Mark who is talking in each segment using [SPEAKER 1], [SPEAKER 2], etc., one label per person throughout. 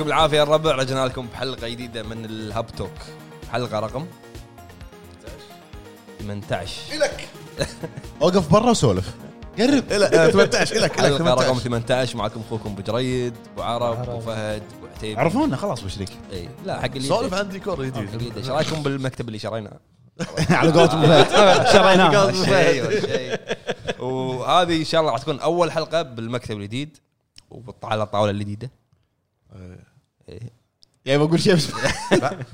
[SPEAKER 1] العافيه يا الربع رجعنا لكم بحلقه جديده من الهاب توك حلقه رقم 18
[SPEAKER 2] الك
[SPEAKER 3] اوقف برا وسولف قرب
[SPEAKER 2] الك 18 الك الك
[SPEAKER 1] حلقه رقم
[SPEAKER 2] 18
[SPEAKER 1] 18 معكم اخوكم ابو جريد ابو عرب ابو فهد ابو عتيبي
[SPEAKER 3] عرفونا خلاص بشريك
[SPEAKER 1] اي لا حق اللي
[SPEAKER 2] سولف عن ديكور
[SPEAKER 1] حق
[SPEAKER 2] جديد
[SPEAKER 1] اللي- ايش رايكم بالمكتب اللي شريناه؟
[SPEAKER 3] على قولة ابو فهد شريناه
[SPEAKER 1] آه، شيء شيء. أيوة، وهذه ان شاء الله راح تكون اول حلقه بالمكتب الجديد وعلى الطاوله الجديده
[SPEAKER 3] يعني بقول شيء بس-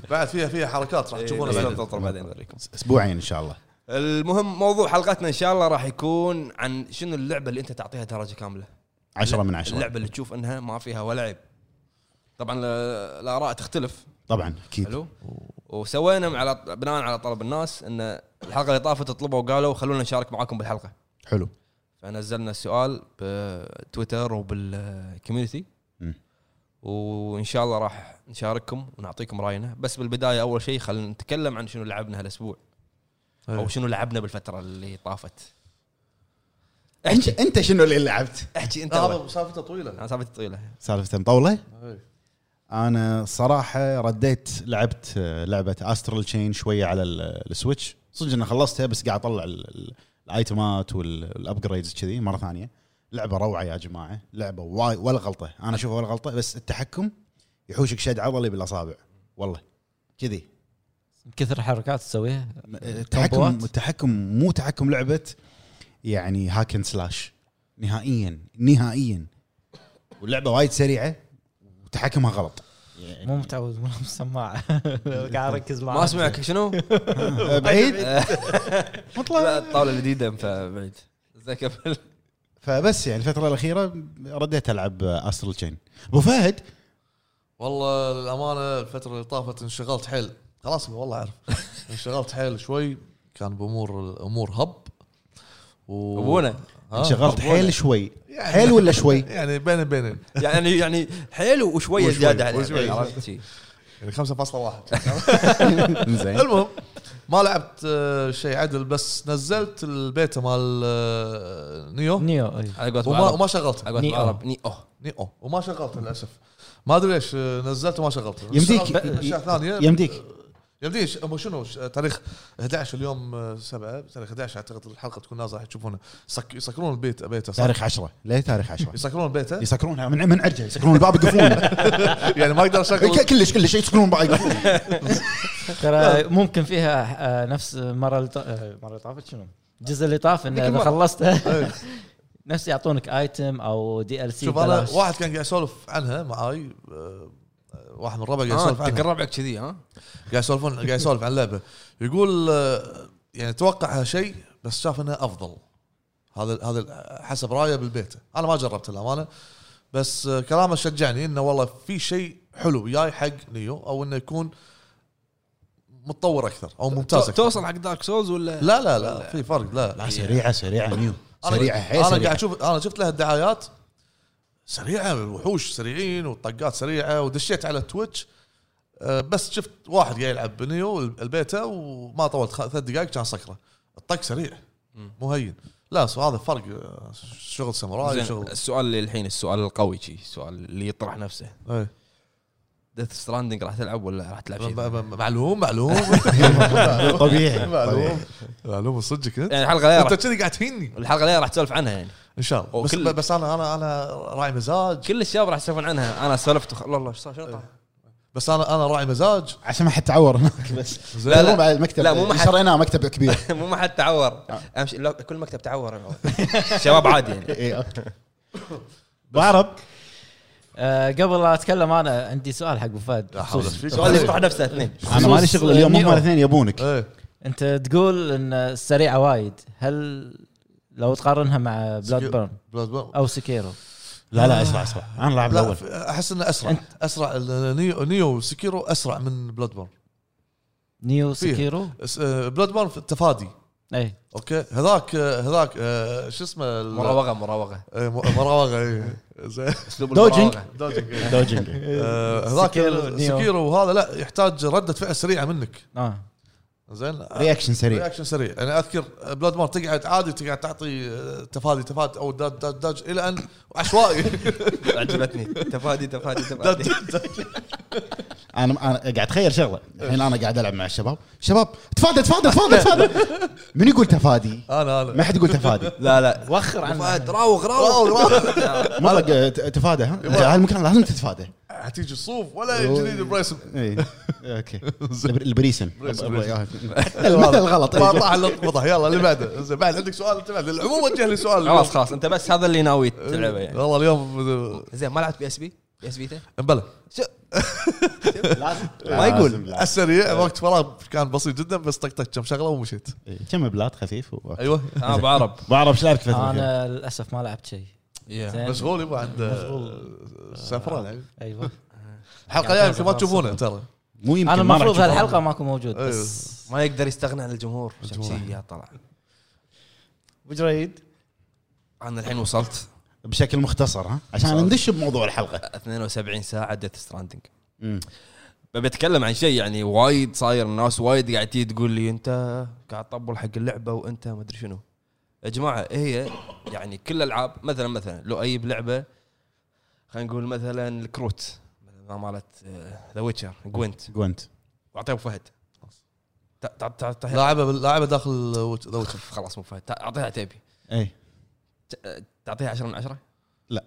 [SPEAKER 2] بعد فيها فيها حركات راح تشوفونها
[SPEAKER 1] إيه،
[SPEAKER 2] بعدين.
[SPEAKER 1] تنطر بعدين اوريكم
[SPEAKER 3] اسبوعين ان شاء الله
[SPEAKER 1] المهم موضوع حلقتنا ان شاء الله راح يكون عن شنو اللعبه اللي انت تعطيها درجه كامله
[SPEAKER 3] 10 من 10
[SPEAKER 1] اللعبه اللي تشوف انها ما فيها ولا عيب طبعا ال- الاراء تختلف
[SPEAKER 3] طبعا اكيد
[SPEAKER 1] حلو وسوينا مع- على بناء على طلب الناس ان الحلقه اللي طافت طلبوا وقالوا خلونا نشارك معاكم بالحلقه
[SPEAKER 3] حلو
[SPEAKER 1] فنزلنا السؤال بتويتر وبالكوميونتي
[SPEAKER 3] مم.
[SPEAKER 1] وان شاء الله راح نشارككم ونعطيكم راينا بس بالبدايه اول شيء خلينا نتكلم عن شنو لعبنا هالاسبوع او
[SPEAKER 2] إيه.
[SPEAKER 1] شنو لعبنا بالفتره اللي طافت
[SPEAKER 3] انت انت شنو اللي لعبت؟
[SPEAKER 1] احكي انت
[SPEAKER 2] هذا
[SPEAKER 1] أول.
[SPEAKER 2] مسافته طويله
[SPEAKER 1] انا سالفتي طويله
[SPEAKER 3] سالفه مطوله
[SPEAKER 1] آه،
[SPEAKER 2] إيه.
[SPEAKER 3] انا صراحه رديت لعبت آه، لعبه استرال تشين شويه على ال- السويتش صدق انا خلصتها بس قاعد اطلع ال- ال- الايتمات والابجريدز كذي مره ثانيه لعبه روعه يا جماعه لعبه وايد ولا غلطه انا اشوفها ولا غلطه بس التحكم يحوشك شد عضلي بالاصابع والله كذي
[SPEAKER 4] من كثر الحركات تسويها
[SPEAKER 3] التحكم التحكم مو تحكم لعبه يعني هاكن سلاش نهائيا نهائيا واللعبه وايد سريعه وتحكمها غلط
[SPEAKER 2] يعني
[SPEAKER 4] مو متعود مو السماعه قاعد اركز معاه
[SPEAKER 1] ما اسمعك شنو؟
[SPEAKER 3] آه، بعيد
[SPEAKER 1] لا
[SPEAKER 3] مطلع
[SPEAKER 1] الطاوله الجديده فبعيد زي قبل
[SPEAKER 3] فبس يعني الفتره الاخيره رديت العب استرال تشين ابو فهد
[SPEAKER 2] والله الامانه الفتره اللي طافت انشغلت حيل خلاص والله اعرف انشغلت حيل شوي كان بامور امور هب و...
[SPEAKER 1] ابونا
[SPEAKER 2] ها؟
[SPEAKER 3] شغلت
[SPEAKER 1] أبونا.
[SPEAKER 3] حيل شوي
[SPEAKER 2] يعني-
[SPEAKER 3] حيل ولا شوي
[SPEAKER 2] يعني بين بين
[SPEAKER 1] يعني يعني حيل وشويه
[SPEAKER 2] وشوي،
[SPEAKER 1] زياده عليه.
[SPEAKER 2] وشوي.
[SPEAKER 1] عرفت شي.
[SPEAKER 2] يعني 5.1
[SPEAKER 3] زين
[SPEAKER 2] المهم ما لعبت آه، شيء عدل بس نزلت البيتا مال آه، نيو
[SPEAKER 4] نيو أي.
[SPEAKER 1] على قولة
[SPEAKER 2] وما
[SPEAKER 1] عرب.
[SPEAKER 2] وما شغلته
[SPEAKER 1] على قولة
[SPEAKER 4] نيو.
[SPEAKER 1] عرب. نيو
[SPEAKER 2] نيو وما شغلته للاسف ما ادري ليش آه، نزلته وما شغلته
[SPEAKER 3] يمديك-
[SPEAKER 2] اشتغلت اشياء ثانيه
[SPEAKER 3] يمديك.
[SPEAKER 2] يمديك ش- مو شنو ش- آه، تاريخ 11 اليوم 7 تاريخ 11 اعتقد الحلقه تكون نازله راح تشوفونها سك- يسكرون البيت بيتا صح؟
[SPEAKER 3] تاريخ 10 ليه تاريخ 10
[SPEAKER 2] يسكرون بيته
[SPEAKER 3] يسكرونها من من عرجه يسكرون الباب يقفلون
[SPEAKER 2] يعني ما اقدر اشغل
[SPEAKER 3] كلش كلش يسكرون الباب يقفلون
[SPEAKER 4] ترى ممكن فيها آه، نفس المره اللي طا- آه، المره اللي طافت شنو؟ الجزء اللي طاف انه
[SPEAKER 1] ذيك
[SPEAKER 4] اذا
[SPEAKER 1] المرة.
[SPEAKER 4] خلصته نفس يعطونك ايتم او دي ال سي
[SPEAKER 2] إيه. شوف انا واحد كان قاعد يسولف عنها معاي آه، آه، واحد من الربع قاعد
[SPEAKER 1] اه
[SPEAKER 2] يسولف عنها
[SPEAKER 1] تذكر ربعك كذي ها
[SPEAKER 2] قاعد يسولفون قاعد يسولف عن لعبه يقول آه، يعني توقع شيء بس شاف انه افضل هذا هذا حسب رايه بالبيت انا ما جربت الامانه بس آه، كلامه شجعني انه والله في شيء حلو جاي حق نيو او انه يكون متطور اكثر او ممتاز اكثر
[SPEAKER 1] توصل حق دارك سولز ولا
[SPEAKER 2] لا لا لا في فرق لا
[SPEAKER 3] لا سريعه سريعه نيو
[SPEAKER 2] أنا-
[SPEAKER 3] سريعه حيل
[SPEAKER 2] انا
[SPEAKER 3] سريعه
[SPEAKER 2] قاعد اشوف انا شفت لها الدعايات سريعه الوحوش سريعين والطقات سريعه ودشيت على تويتش أه، بس شفت واحد قاعد يلعب بنيو البيتا وما طولت خ- ثلاث دقائق كان صكره الطق سريع مو هين لا سو- هذا فرق أه، شغل ساموراي
[SPEAKER 1] زين
[SPEAKER 2] شغل
[SPEAKER 1] السؤال اللي الحين السؤال القوي شي السؤال اللي يطرح نفسه
[SPEAKER 2] إيه.
[SPEAKER 1] ديث ستراندنج راح تلعب ولا راح تلعب شيء
[SPEAKER 2] م- م- م- معلوم معلوم
[SPEAKER 3] طبيعي
[SPEAKER 2] معلوم معلوم صدقك انت
[SPEAKER 1] يعني الحلقه الجايه
[SPEAKER 2] انت
[SPEAKER 1] راح-
[SPEAKER 2] كذي قاعد تهيني
[SPEAKER 1] الحلقه الجايه راح تسولف عنها يعني
[SPEAKER 2] ان شاء الله بس
[SPEAKER 1] وكل-
[SPEAKER 2] بس انا انا انا راعي مزاج
[SPEAKER 1] كل الشباب راح يسولفون عنها انا سولفت وخ- الله الله ايش صار شنو طاح؟
[SPEAKER 2] بس انا انا راعي مزاج
[SPEAKER 3] عشان ما حد تعور هناك بس
[SPEAKER 1] لا، لا.
[SPEAKER 3] مو بعد المكتب
[SPEAKER 1] لا، مو ما حد-
[SPEAKER 3] شريناه مكتب كبير
[SPEAKER 1] مو ما حد
[SPEAKER 2] آه.
[SPEAKER 1] تعور أهم شيء- لا، كل مكتب تعور شباب عادي يعني
[SPEAKER 3] إيه، بعرب
[SPEAKER 4] آه، قبل لا اتكلم انا عندي سؤال حق ابو فهد
[SPEAKER 2] لا حول ولا
[SPEAKER 4] بخصوص-
[SPEAKER 2] قوة.
[SPEAKER 1] السؤال اللي يطرح نفسه اثنين
[SPEAKER 3] انا مالي شغل اليوم هم
[SPEAKER 4] نيو.
[SPEAKER 3] الاثنين يبونك
[SPEAKER 2] ايه
[SPEAKER 4] انت تقول ان السريعه وايد هل لو تقارنها مع بلاد بيرن
[SPEAKER 2] بلاد بورن.
[SPEAKER 4] او سكيرو
[SPEAKER 3] لا لا اسرع اسرع انا اللاعب
[SPEAKER 2] لا
[SPEAKER 3] الاول
[SPEAKER 2] ف- احس انه اسرع اسرع ال- نيو نيو سكيرو اسرع من بلاد بورن
[SPEAKER 4] نيو
[SPEAKER 2] فيه.
[SPEAKER 4] سكيرو
[SPEAKER 2] اس- آه، بلاد بورن في التفادي
[SPEAKER 4] اي
[SPEAKER 2] اوكي هذاك آه، هذاك آه، شو اسمه ال-
[SPEAKER 1] مراوغه مراوغه
[SPEAKER 2] آه، م- مراوغه إيه. زين.
[SPEAKER 1] اسلوب
[SPEAKER 3] دوجنج.
[SPEAKER 1] المراوغة.
[SPEAKER 2] دوجنج.
[SPEAKER 3] دوجنج
[SPEAKER 2] آه، هذاك
[SPEAKER 4] سكيرو،
[SPEAKER 2] ال-
[SPEAKER 4] نيو.
[SPEAKER 2] سكيرو وهذا لا يحتاج رده فعل سريعه منك
[SPEAKER 4] اه
[SPEAKER 2] زين
[SPEAKER 3] رياكشن سريع
[SPEAKER 2] رياكشن سريع يعني انا اذكر بلاد مور تقعد عادي تقعد تعطي آه، تفادي تفادي او داج داج داج الى ان عشوائي
[SPEAKER 1] عجبتني تفادي تفادي تفادي
[SPEAKER 3] انا انا قاعد اتخيل شغله الحين انا قاعد العب مع الشباب شباب تفادى تفادى تفادى تفادى من يقول تفادي
[SPEAKER 2] انا
[SPEAKER 3] ما
[SPEAKER 2] انا
[SPEAKER 3] حد يقول تفادي
[SPEAKER 1] لا لا
[SPEAKER 4] وخر
[SPEAKER 1] فهد
[SPEAKER 4] عنه
[SPEAKER 1] راوغ راوغ راوغ
[SPEAKER 3] مطلق آه، ت- تفادى ها هالمكان لازم تتفادى
[SPEAKER 2] حتيجي الصوف ولا جديد برايسن
[SPEAKER 3] اي اوكي البر- البريسن
[SPEAKER 2] بريسن.
[SPEAKER 3] أبغى إياها. حتى المثل غلط
[SPEAKER 2] ما طاح الا وضح يلا اللي بعده زين بعد عندك سؤال انت بعد العموم وجه لي سؤال إيه.
[SPEAKER 1] خلاص خلاص انت بس هذا اللي ناوي تلعبه يعني
[SPEAKER 2] والله اليوم
[SPEAKER 1] زين ما لعبت بي اس بي؟ بي اس بيتا؟
[SPEAKER 2] امبلا
[SPEAKER 3] ما
[SPEAKER 2] على السريع وقت فراغ كان بسيط جدا بس طقطقت كم شغله ومشيت
[SPEAKER 3] إيه. كم بلاد خفيف و-
[SPEAKER 2] ايوه
[SPEAKER 1] انا أيوه. آه، بعرب
[SPEAKER 3] بعرف ايش لعبت فتره الأخيرة.
[SPEAKER 4] انا للاسف ما لعبت شيء
[SPEAKER 1] يعني
[SPEAKER 4] زين.
[SPEAKER 2] مشغول يبا عنده
[SPEAKER 4] مشغول.
[SPEAKER 2] سفره لعب.
[SPEAKER 1] آه،
[SPEAKER 4] ايوه
[SPEAKER 2] الحلقه الجايه يمكن ما تشوفونه ترى
[SPEAKER 3] مو يمكن
[SPEAKER 4] انا
[SPEAKER 3] ما راح
[SPEAKER 4] المفروض
[SPEAKER 3] تشوفها.
[SPEAKER 4] هالحلقه ماكو موجود
[SPEAKER 2] أيوه.
[SPEAKER 4] بس
[SPEAKER 1] ما يقدر يستغنى عن الجمهور شمسية طلع
[SPEAKER 4] وجريد
[SPEAKER 1] انا الحين وصلت
[SPEAKER 3] بشكل مختصر ها عشان ندش بموضوع الحلقه
[SPEAKER 1] 72 ساعه ديث ستراندنج
[SPEAKER 3] مم.
[SPEAKER 1] بتكلم عن شيء يعني وايد صاير الناس وايد قاعد تيجي تقول لي انت قاعد تطبل حق اللعبه وانت ما ادري شنو يا جماعه هي يعني كل الالعاب مثلا مثلا لو اي لعبه خلينا نقول مثلا الكروت مثلا مالت آه، ذا ويتشر جوينت
[SPEAKER 3] جوانت
[SPEAKER 1] واعطيه ابو فهد تع- تع- تع- تع-
[SPEAKER 2] لاعبه لاعبه داخل وت- ذا ويتشر.
[SPEAKER 1] خلاص مو فهد تع- اعطيها تبي
[SPEAKER 3] اي
[SPEAKER 1] تعطيها 10 من 10
[SPEAKER 3] لا.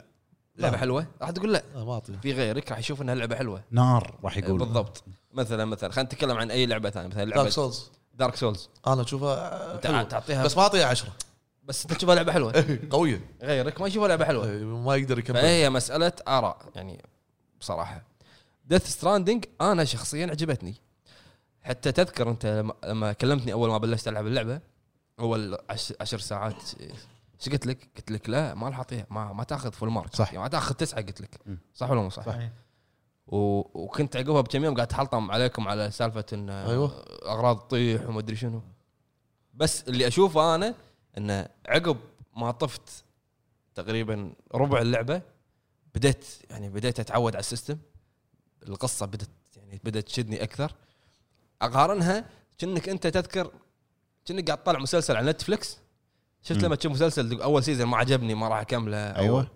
[SPEAKER 1] لعبه حلوه راح تقول لا
[SPEAKER 2] آه، ما اعطي
[SPEAKER 1] في غيرك راح يشوف انها لعبه حلوه
[SPEAKER 3] نار راح يقول
[SPEAKER 1] إيه، بالضبط مثلا مثلا خلينا نتكلم عن اي لعبه ثانيه مثلا
[SPEAKER 2] دارك
[SPEAKER 1] لعبه
[SPEAKER 2] سولز
[SPEAKER 1] دارك سولز
[SPEAKER 2] انا اشوفها
[SPEAKER 1] تع-
[SPEAKER 2] حلوة.
[SPEAKER 1] تعطيها
[SPEAKER 2] أه، بس ما اعطيها 10
[SPEAKER 1] بس انت تشوفها لعبه حلوه
[SPEAKER 2] قويه
[SPEAKER 1] غيرك ما يشوفها لعبه حلوه
[SPEAKER 2] إيه، ما يقدر يكمل
[SPEAKER 1] فهي مساله اراء يعني بصراحه ديث ستراندنج انا شخصيا عجبتني حتى تذكر انت لما- لما كلمتني اول ما بلشت العب اللعبه اول عش- عشر ساعات ايش قلت لك؟ قلت لك لا ما راح اعطيها ما, ما تاخذ فول مارك
[SPEAKER 3] صح.
[SPEAKER 1] يعني ما تاخذ تسعه قلت لك
[SPEAKER 3] مم.
[SPEAKER 1] صح ولا مو صح؟
[SPEAKER 4] صحيح.
[SPEAKER 1] و... وكنت عقبها بكم يوم قاعد اتحلطم عليكم على سالفه ان
[SPEAKER 2] أيوة.
[SPEAKER 1] اغراض تطيح وما ادري شنو بس اللي اشوفه انا انه عقب ما طفت تقريبا ربع اللعبه بديت يعني بديت اتعود على السيستم القصه بدت يعني بدات تشدني اكثر اقارنها كأنك انت تذكر كأنك قاعد تطلع مسلسل على نتفلكس شفت
[SPEAKER 3] مم.
[SPEAKER 1] لما تشوف مسلسل تقول اول سيزون ما عجبني ما راح اكمله أو
[SPEAKER 3] ايوه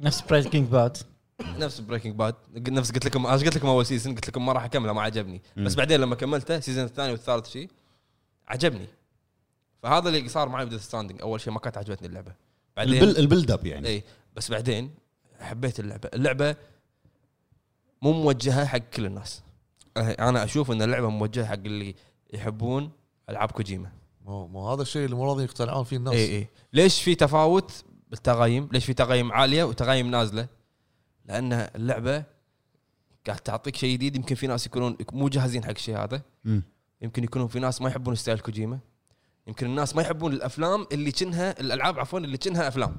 [SPEAKER 4] نفس برايز كينج باد
[SPEAKER 1] نفس بريكنج باد نفس قلت لكم ايش قلت لكم اول سيزون قلت لكم ما راح اكمله ما عجبني
[SPEAKER 3] مم.
[SPEAKER 1] بس بعدين لما كملته السيزون الثاني والثالث شيء عجبني فهذا اللي صار معي بديث ستراندنج اول شيء ما كانت عجبتني اللعبه بعدين إيه.
[SPEAKER 3] البل البلد اب يعني
[SPEAKER 1] اي بس بعدين حبيت اللعبه اللعبه مو موجهه حق كل الناس انا اشوف ان اللعبه موجهه حق اللي يحبون العاب كوجيما
[SPEAKER 2] مو مو هذا الشيء اللي مو راضيين يقتنعون فيه الناس
[SPEAKER 1] اي اي إيه، ليش في تفاوت بالتقايم؟ ليش في تقايم عاليه وتقايم نازله؟ لان اللعبه قاعد تعطيك شيء جديد يمكن في ناس يكونون مو جاهزين حق الشيء هذا،
[SPEAKER 3] مم.
[SPEAKER 1] يمكن يكونون في ناس ما يحبون ستايل كوجيما يمكن الناس ما يحبون الافلام اللي كنها الالعاب عفوا اللي كنها افلام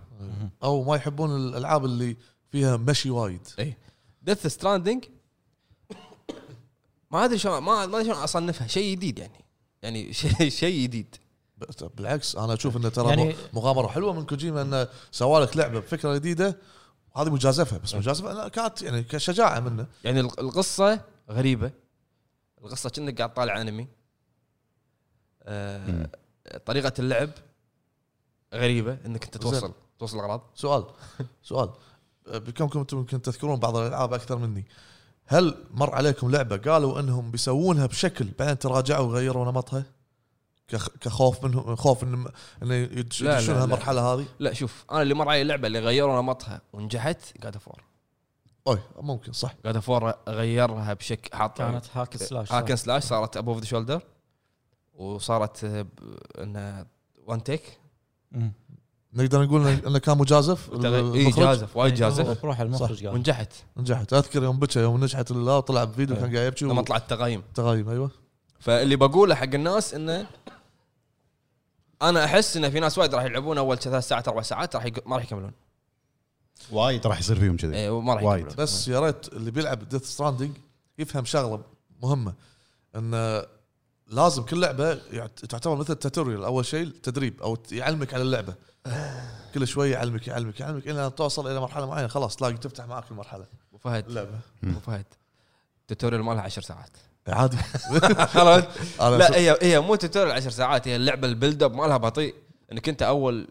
[SPEAKER 2] او ما يحبون الالعاب اللي فيها مشي وايد
[SPEAKER 1] ديث ستراندنج ما ادري شلون ما ما ادري شلون اصنفها شيء جديد يعني يعني شيء شيء جديد
[SPEAKER 2] ب- بالعكس انا اشوف انه ترى
[SPEAKER 4] يعني-
[SPEAKER 2] يعني مغامره حلوه من كوجيما انه سوى لك لعبه بفكره جديده وهذه مجازفه بس مجازفه لا، كانت يعني كشجاعه منه
[SPEAKER 1] يعني الق- القصه غريبه القصه كأنك قاعد طالع انمي آه
[SPEAKER 3] مم.
[SPEAKER 1] طريقه اللعب غريبه انك انت
[SPEAKER 2] زين.
[SPEAKER 1] توصل توصل اغراض
[SPEAKER 2] سؤال سؤال أه، بكم كنتم يمكن تذكرون بعض الالعاب اكثر مني هل مر عليكم لعبه قالوا انهم بيسوونها بشكل بعدين تراجعوا وغيروا نمطها كخ- كخوف منهم خوف ان ان يدش-
[SPEAKER 1] لا، لا،
[SPEAKER 2] يدشون
[SPEAKER 1] لا.
[SPEAKER 2] هالمرحله هذه
[SPEAKER 1] لا شوف انا اللي مر علي لعبه اللي غيروا نمطها ونجحت جاد فور
[SPEAKER 2] اوي ممكن صح
[SPEAKER 1] جاد فور غيرها بشكل حاط
[SPEAKER 4] كانت هاك سلاش
[SPEAKER 1] هاكن سلاش صارت ابوف ذا شولدر وصارت آه، ب- انها وان تيك
[SPEAKER 4] مم.
[SPEAKER 2] نقدر نقول إنه- انه كان مجازف
[SPEAKER 1] اي إيه، جازف وايد
[SPEAKER 4] هو
[SPEAKER 1] جازف
[SPEAKER 4] بروح أيوة. المخرج قال
[SPEAKER 1] ونجحت
[SPEAKER 2] نجحت اذكر يوم بكى يوم نجحت الله طلع بفيديو
[SPEAKER 4] إيه.
[SPEAKER 2] كان قاعد يبكي
[SPEAKER 1] لما طلعت تقايم
[SPEAKER 2] تغايم ايوه
[SPEAKER 1] فاللي بقوله حق الناس انه انا احس انه في ناس وايد راح يلعبون اول ثلاث ساعات اربع ساعات راح يق- ما راح يكملون
[SPEAKER 3] وايد راح يصير فيهم كذي
[SPEAKER 1] إيه، ما راح
[SPEAKER 3] وايد.
[SPEAKER 1] يكملون
[SPEAKER 2] بس يا ريت اللي بيلعب ديث ستراندنج يفهم شغله مهمه ان لازم كل لعبه يعت- تعتبر مثل توتوريال اول شيء تدريب او ت- يعلمك على اللعبه
[SPEAKER 1] آه.
[SPEAKER 2] كل شوي يعلمك يعلمك يعلمك الى ان توصل الى مرحله معينه خلاص تلاقي تفتح معك المرحله
[SPEAKER 1] ابو فهد
[SPEAKER 2] اللعبه
[SPEAKER 1] ابو فهد التوتوريال مالها 10 ساعات
[SPEAKER 2] إيه، عادي
[SPEAKER 1] عرفت؟
[SPEAKER 2] انا
[SPEAKER 1] لا إيه. هي هي مو توتوريال 10 ساعات هي اللعبه البيلد اب مالها بطيء انك انت اول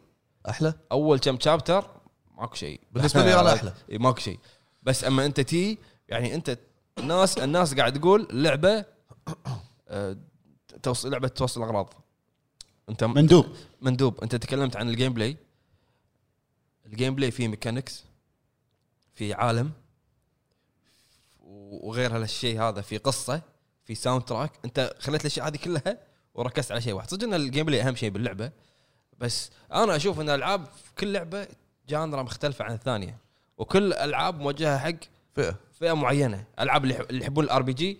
[SPEAKER 2] احلى
[SPEAKER 1] اول كم شابتر ماكو شيء
[SPEAKER 2] بالنسبة لي أنا أحلى.
[SPEAKER 1] إي، ماكو شيء بس اما انت تي يعني انت الناس الناس قاعد تقول لعبه آه، توصل لعبه توصل اغراض انت
[SPEAKER 3] مندوب
[SPEAKER 1] مندوب انت تكلمت عن الجيم بلاي الجيم بلاي فيه ميكانكس في عالم وغير هالشيء هذا في قصه في ساوند تراك انت خليت الاشياء هذه كلها وركزت على شيء واحد صدق ان الجيم بلاي اهم شيء باللعبه بس انا اشوف ان الالعاب في كل لعبه جانرا مختلفه عن الثانيه وكل الالعاب موجهه حق
[SPEAKER 2] فئه
[SPEAKER 1] فئه معينه العاب اللي يح- اللي يحبون الار بي جي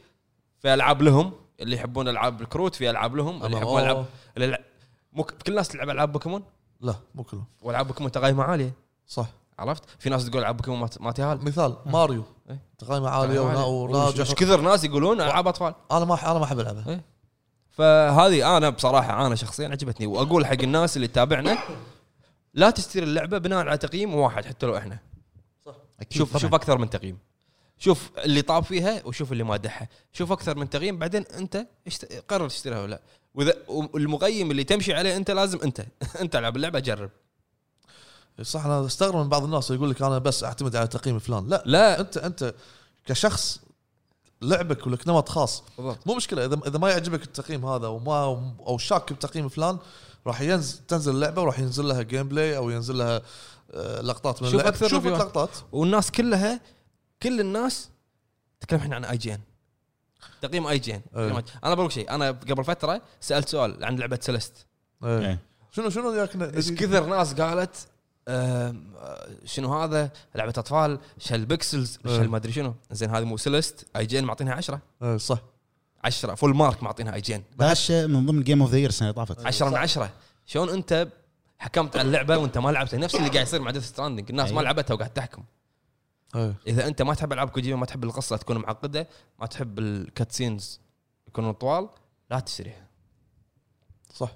[SPEAKER 1] في العاب لهم اللي يحبون العاب الكروت في العاب لهم اللي
[SPEAKER 2] أما
[SPEAKER 1] يحبون
[SPEAKER 2] أوه.
[SPEAKER 1] العاب اللي يلع- مو ك- كل الناس تلعب العاب بوكيمون
[SPEAKER 2] لا مو كلهم
[SPEAKER 1] والعاب بوكيمون تقايمها عاليه
[SPEAKER 2] صح
[SPEAKER 1] عرفت في ناس تقول العاب بوكيمون ما ت- ما تهال
[SPEAKER 2] مثال ماريو
[SPEAKER 1] إيه.
[SPEAKER 2] تقايمه عاليه ونا-
[SPEAKER 1] وش-
[SPEAKER 2] وراجع
[SPEAKER 1] وش كثر ناس يقولون العاب اطفال
[SPEAKER 2] انا ما انا ما احب العبها
[SPEAKER 1] فهذه انا بصراحه انا شخصيا عجبتني واقول حق الناس اللي تتابعنا لا تستير اللعبه بناء على تقييم واحد حتى لو احنا شوف شوف اكثر من تقييم شوف اللي طاب فيها وشوف اللي ما دحها شوف اكثر من تقييم بعدين انت اشت... قرر تشتريها ولا لا واذا والمقيم اللي تمشي عليه انت لازم انت انت العب اللعبه جرب
[SPEAKER 2] صح انا استغرب من بعض الناس يقول لك انا بس اعتمد على تقييم فلان لا
[SPEAKER 1] لا
[SPEAKER 2] انت انت كشخص لعبك ولك نمط خاص
[SPEAKER 1] بالضبط
[SPEAKER 2] مو مشكله اذا اذا ما يعجبك التقييم هذا وما او شاك بتقييم فلان راح ينزل تنزل اللعبه وراح ينزل لها جيم بلاي او ينزل لها آه، لقطات من
[SPEAKER 1] شوف
[SPEAKER 2] اللعبة.
[SPEAKER 1] أكثر
[SPEAKER 2] شوف
[SPEAKER 1] ريفيوهات.
[SPEAKER 2] اللقطات
[SPEAKER 1] والناس كلها كل الناس تكلم احنا عن اي جي ان تقييم اي جي ان
[SPEAKER 2] أي.
[SPEAKER 1] انا بقول لك شيء انا قبل فتره سالت سؤال عن لعبه سلست
[SPEAKER 2] إيه.
[SPEAKER 3] إيه.
[SPEAKER 2] شنو شنو إيه، ياك
[SPEAKER 1] ايش كثر ناس قالت آم، آه، شنو هذا لعبه اطفال شل بيكسلز
[SPEAKER 2] أه.
[SPEAKER 1] شل ما ادري شنو زين هذه مو سيلست اي جين معطينها 10
[SPEAKER 2] إيه، صح
[SPEAKER 1] 10 فول مارك معطينها اي
[SPEAKER 3] أيوة،
[SPEAKER 1] جين
[SPEAKER 3] باشا من ضمن جيم اوف ذا يير السنه اللي طافت
[SPEAKER 1] 10 من 10 شلون انت حكمت على اللعبه وانت ما لعبتها نفس اللي قاعد يصير مع ديث ستراندنج الناس ما
[SPEAKER 3] أيوة.
[SPEAKER 1] لعبتها وقاعد تحكم
[SPEAKER 2] إيه.
[SPEAKER 1] اذا انت ما تحب العاب كوجيما ما تحب القصه تكون معقده ما تحب الكاتسينز يكونون طوال لا تشتريها
[SPEAKER 2] صح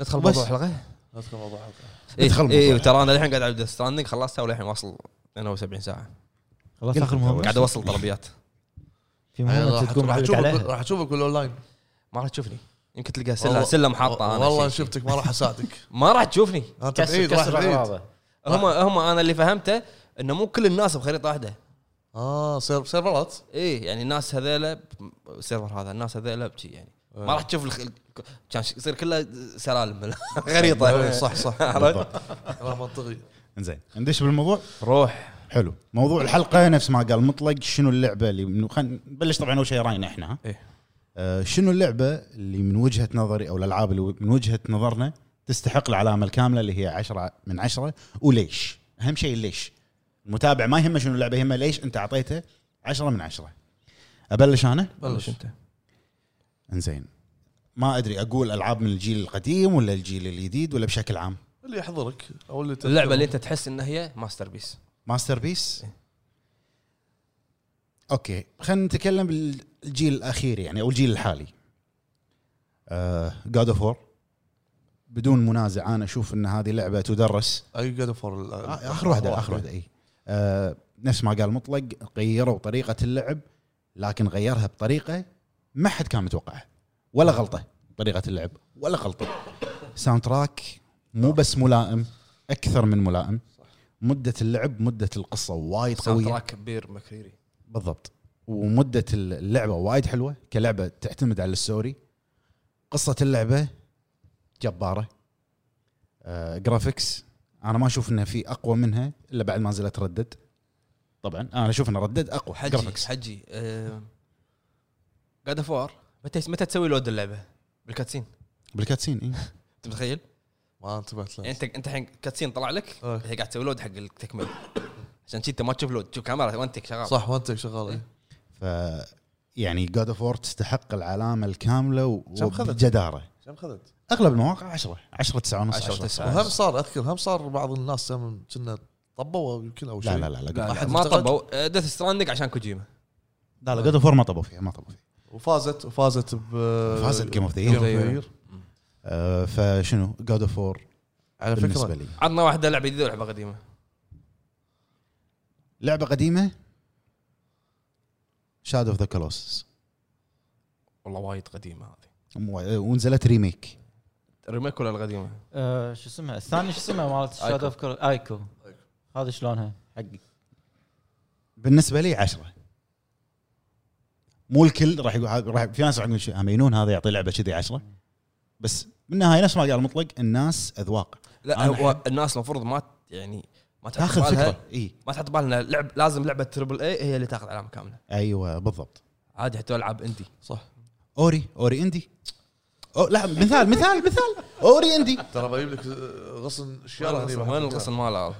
[SPEAKER 1] ندخل
[SPEAKER 3] بس.
[SPEAKER 1] موضوع الحلقه
[SPEAKER 2] ندخل موضوع حلقة.
[SPEAKER 3] ندخل
[SPEAKER 1] ندخل
[SPEAKER 3] موضوع.
[SPEAKER 1] اي ترى انا الحين قاعد العب ديث ستراندنج خلصتها والحين واصل 72 ساعه
[SPEAKER 4] خلاص اخر مهمه
[SPEAKER 1] قاعد اوصل طلبيات
[SPEAKER 4] في
[SPEAKER 2] يعني
[SPEAKER 4] مهمه
[SPEAKER 2] راح
[SPEAKER 4] أنت تقوم
[SPEAKER 2] راح
[SPEAKER 4] عليك
[SPEAKER 2] اشوفك
[SPEAKER 4] عليها
[SPEAKER 2] راح اشوفك بالاونلاين
[SPEAKER 1] ما راح تشوفني يمكن تلقى
[SPEAKER 2] والله-
[SPEAKER 1] سله سلم حاطه انا
[SPEAKER 2] والله
[SPEAKER 1] شيء.
[SPEAKER 2] شفتك ما راح اساعدك
[SPEAKER 1] ما راح تشوفني
[SPEAKER 2] انت
[SPEAKER 4] كسر
[SPEAKER 2] بعيد راح
[SPEAKER 4] كسر
[SPEAKER 2] بعيد
[SPEAKER 4] أغراضه.
[SPEAKER 1] هم هم انا اللي فهمته انه مو كل الناس بخريطه واحده
[SPEAKER 2] اه سير- سيرفرات
[SPEAKER 1] ايه يعني الناس هذيلا ب- سيرفر هذا الناس هذيلا بشي يعني
[SPEAKER 2] آه.
[SPEAKER 1] ما راح تشوف الخ... كان ش- يصير كله سلالم
[SPEAKER 2] إيه،
[SPEAKER 1] خريطه
[SPEAKER 2] صح صح
[SPEAKER 1] عرفت؟
[SPEAKER 2] كلام منطقي
[SPEAKER 3] زين ندش بالموضوع
[SPEAKER 1] روح
[SPEAKER 3] حلو موضوع الحلقه نفس ما قال مطلق شنو اللعبه اللي من... خلينا نبلش طبعا اول شيء راينا احنا ها؟
[SPEAKER 1] إيه.
[SPEAKER 3] آه شنو اللعبه اللي من وجهه نظري او الالعاب اللي من وجهه نظرنا تستحق العلامه الكامله اللي هي عشرة من عشرة وليش اهم شيء ليش المتابع ما يهمه شنو اللعبه يهمه ليش انت اعطيته عشرة من عشرة ابلش انا
[SPEAKER 1] بلش انت
[SPEAKER 3] انزين ما ادري اقول العاب من الجيل القديم ولا الجيل الجديد ولا بشكل عام
[SPEAKER 2] اللي يحضرك او اللي تذكره.
[SPEAKER 1] اللعبه اللي انت تحس انها هي ماستر بيس
[SPEAKER 3] ماستر بيس اوكي خلينا نتكلم بالجيل الاخير يعني او الجيل الحالي آه، جاد اوف وور بدون منازع انا اشوف ان هذه لعبه تدرس
[SPEAKER 2] اي جاد فور
[SPEAKER 3] آه، اخر واحده اخر واحده اي آه، نفس ما قال مطلق غيروا طريقه اللعب لكن غيرها بطريقه ما حد كان متوقعها ولا غلطه طريقه اللعب ولا غلطه ساوند تراك مو بس ملائم اكثر من ملائم مده اللعب مده القصه وايد
[SPEAKER 1] ساوند
[SPEAKER 3] قويه
[SPEAKER 1] تراك كبير مكريري
[SPEAKER 3] بالضبط ومده اللعبه وايد حلوه كلعبه تعتمد على السوري قصه اللعبه جباره آه، جرافيكس انا ما اشوف انها في اقوى منها الا بعد ما نزلت ردد طبعا انا اشوف ان ردد اقوى
[SPEAKER 1] حجي
[SPEAKER 3] جرافيكس
[SPEAKER 1] حجي قاعد فور متى متى تسوي لود اللعبه بالكاتسين
[SPEAKER 3] بالكاتسين إيه؟
[SPEAKER 1] انت متخيل؟
[SPEAKER 2] ما انتبهت
[SPEAKER 1] يعني
[SPEAKER 2] له
[SPEAKER 1] انت انت الحين كاتسين طلع لك
[SPEAKER 2] أي.
[SPEAKER 1] هي قاعد تسوي لود حق التكمله عشان كذا انت ما تشوف لود تشوف كاميرا وانتك شغال
[SPEAKER 2] صح وانت شغال إيه.
[SPEAKER 3] ف يعني جاد اوف وور تستحق العلامه الكامله و-
[SPEAKER 2] كم خذت؟
[SPEAKER 3] وبجداره
[SPEAKER 2] كم خذت؟
[SPEAKER 3] اغلب المواقع 10 10 9 ونص
[SPEAKER 1] 10
[SPEAKER 3] 10
[SPEAKER 1] 9
[SPEAKER 2] وهم صار اذكر هم صار بعض الناس هم كنا طبوا يمكن او شيء
[SPEAKER 3] لا لا لا لا
[SPEAKER 2] أحد
[SPEAKER 1] ما
[SPEAKER 2] اشتغل؟
[SPEAKER 1] طبوا ديث ستراندنج عشان كوجيما
[SPEAKER 3] لا جاد اوف وور ما طبوا فيها ما طبوا فيها
[SPEAKER 2] وفازت وفازت ب
[SPEAKER 3] فازت Game of the Year.
[SPEAKER 2] آه، Game of the Year.
[SPEAKER 3] آه، فشنو جاد اوف وور
[SPEAKER 2] على
[SPEAKER 3] بالنسبه
[SPEAKER 2] فكره
[SPEAKER 3] لي
[SPEAKER 1] عطنا واحده لعبه جديده ولعبه قديمه
[SPEAKER 3] لعبه قديمه شاد اوف ذا كولوسس
[SPEAKER 1] والله وايد قديمه هذه
[SPEAKER 3] مو- ونزلت ريميك
[SPEAKER 1] ريميك ولا القديمه؟
[SPEAKER 4] آه، شو اسمها الثانيه شو اسمها مالت شاد اوف ايكو هذا شلونها حقي
[SPEAKER 3] بالنسبه لي عشرة مو الكل راح يقول هذا- راح في ناس راح يقول شو، آه، مينون هذا يعطي لعبه كذي عشرة بس بالنهايه نفس ما قال مطلق الناس اذواق
[SPEAKER 1] لا
[SPEAKER 3] أنا
[SPEAKER 1] هو الناس المفروض ما ت- يعني ما تحط
[SPEAKER 3] تاخذ
[SPEAKER 1] بالها-
[SPEAKER 3] فكره اي
[SPEAKER 1] ما تحط بالنا لعب لازم لعبه تربل اي هي اللي تاخذ علامه كامله
[SPEAKER 3] ايوه بالضبط
[SPEAKER 1] عادي حتى العاب انتي
[SPEAKER 2] صح
[SPEAKER 3] اوري اوري اندي أو لا مثال مثال مثال اوري اندي
[SPEAKER 2] ترى بجيب لك غصن
[SPEAKER 1] وين
[SPEAKER 2] شيارة هني
[SPEAKER 1] الغصن-
[SPEAKER 2] بحط
[SPEAKER 1] وين
[SPEAKER 2] لك
[SPEAKER 1] الغصن ماله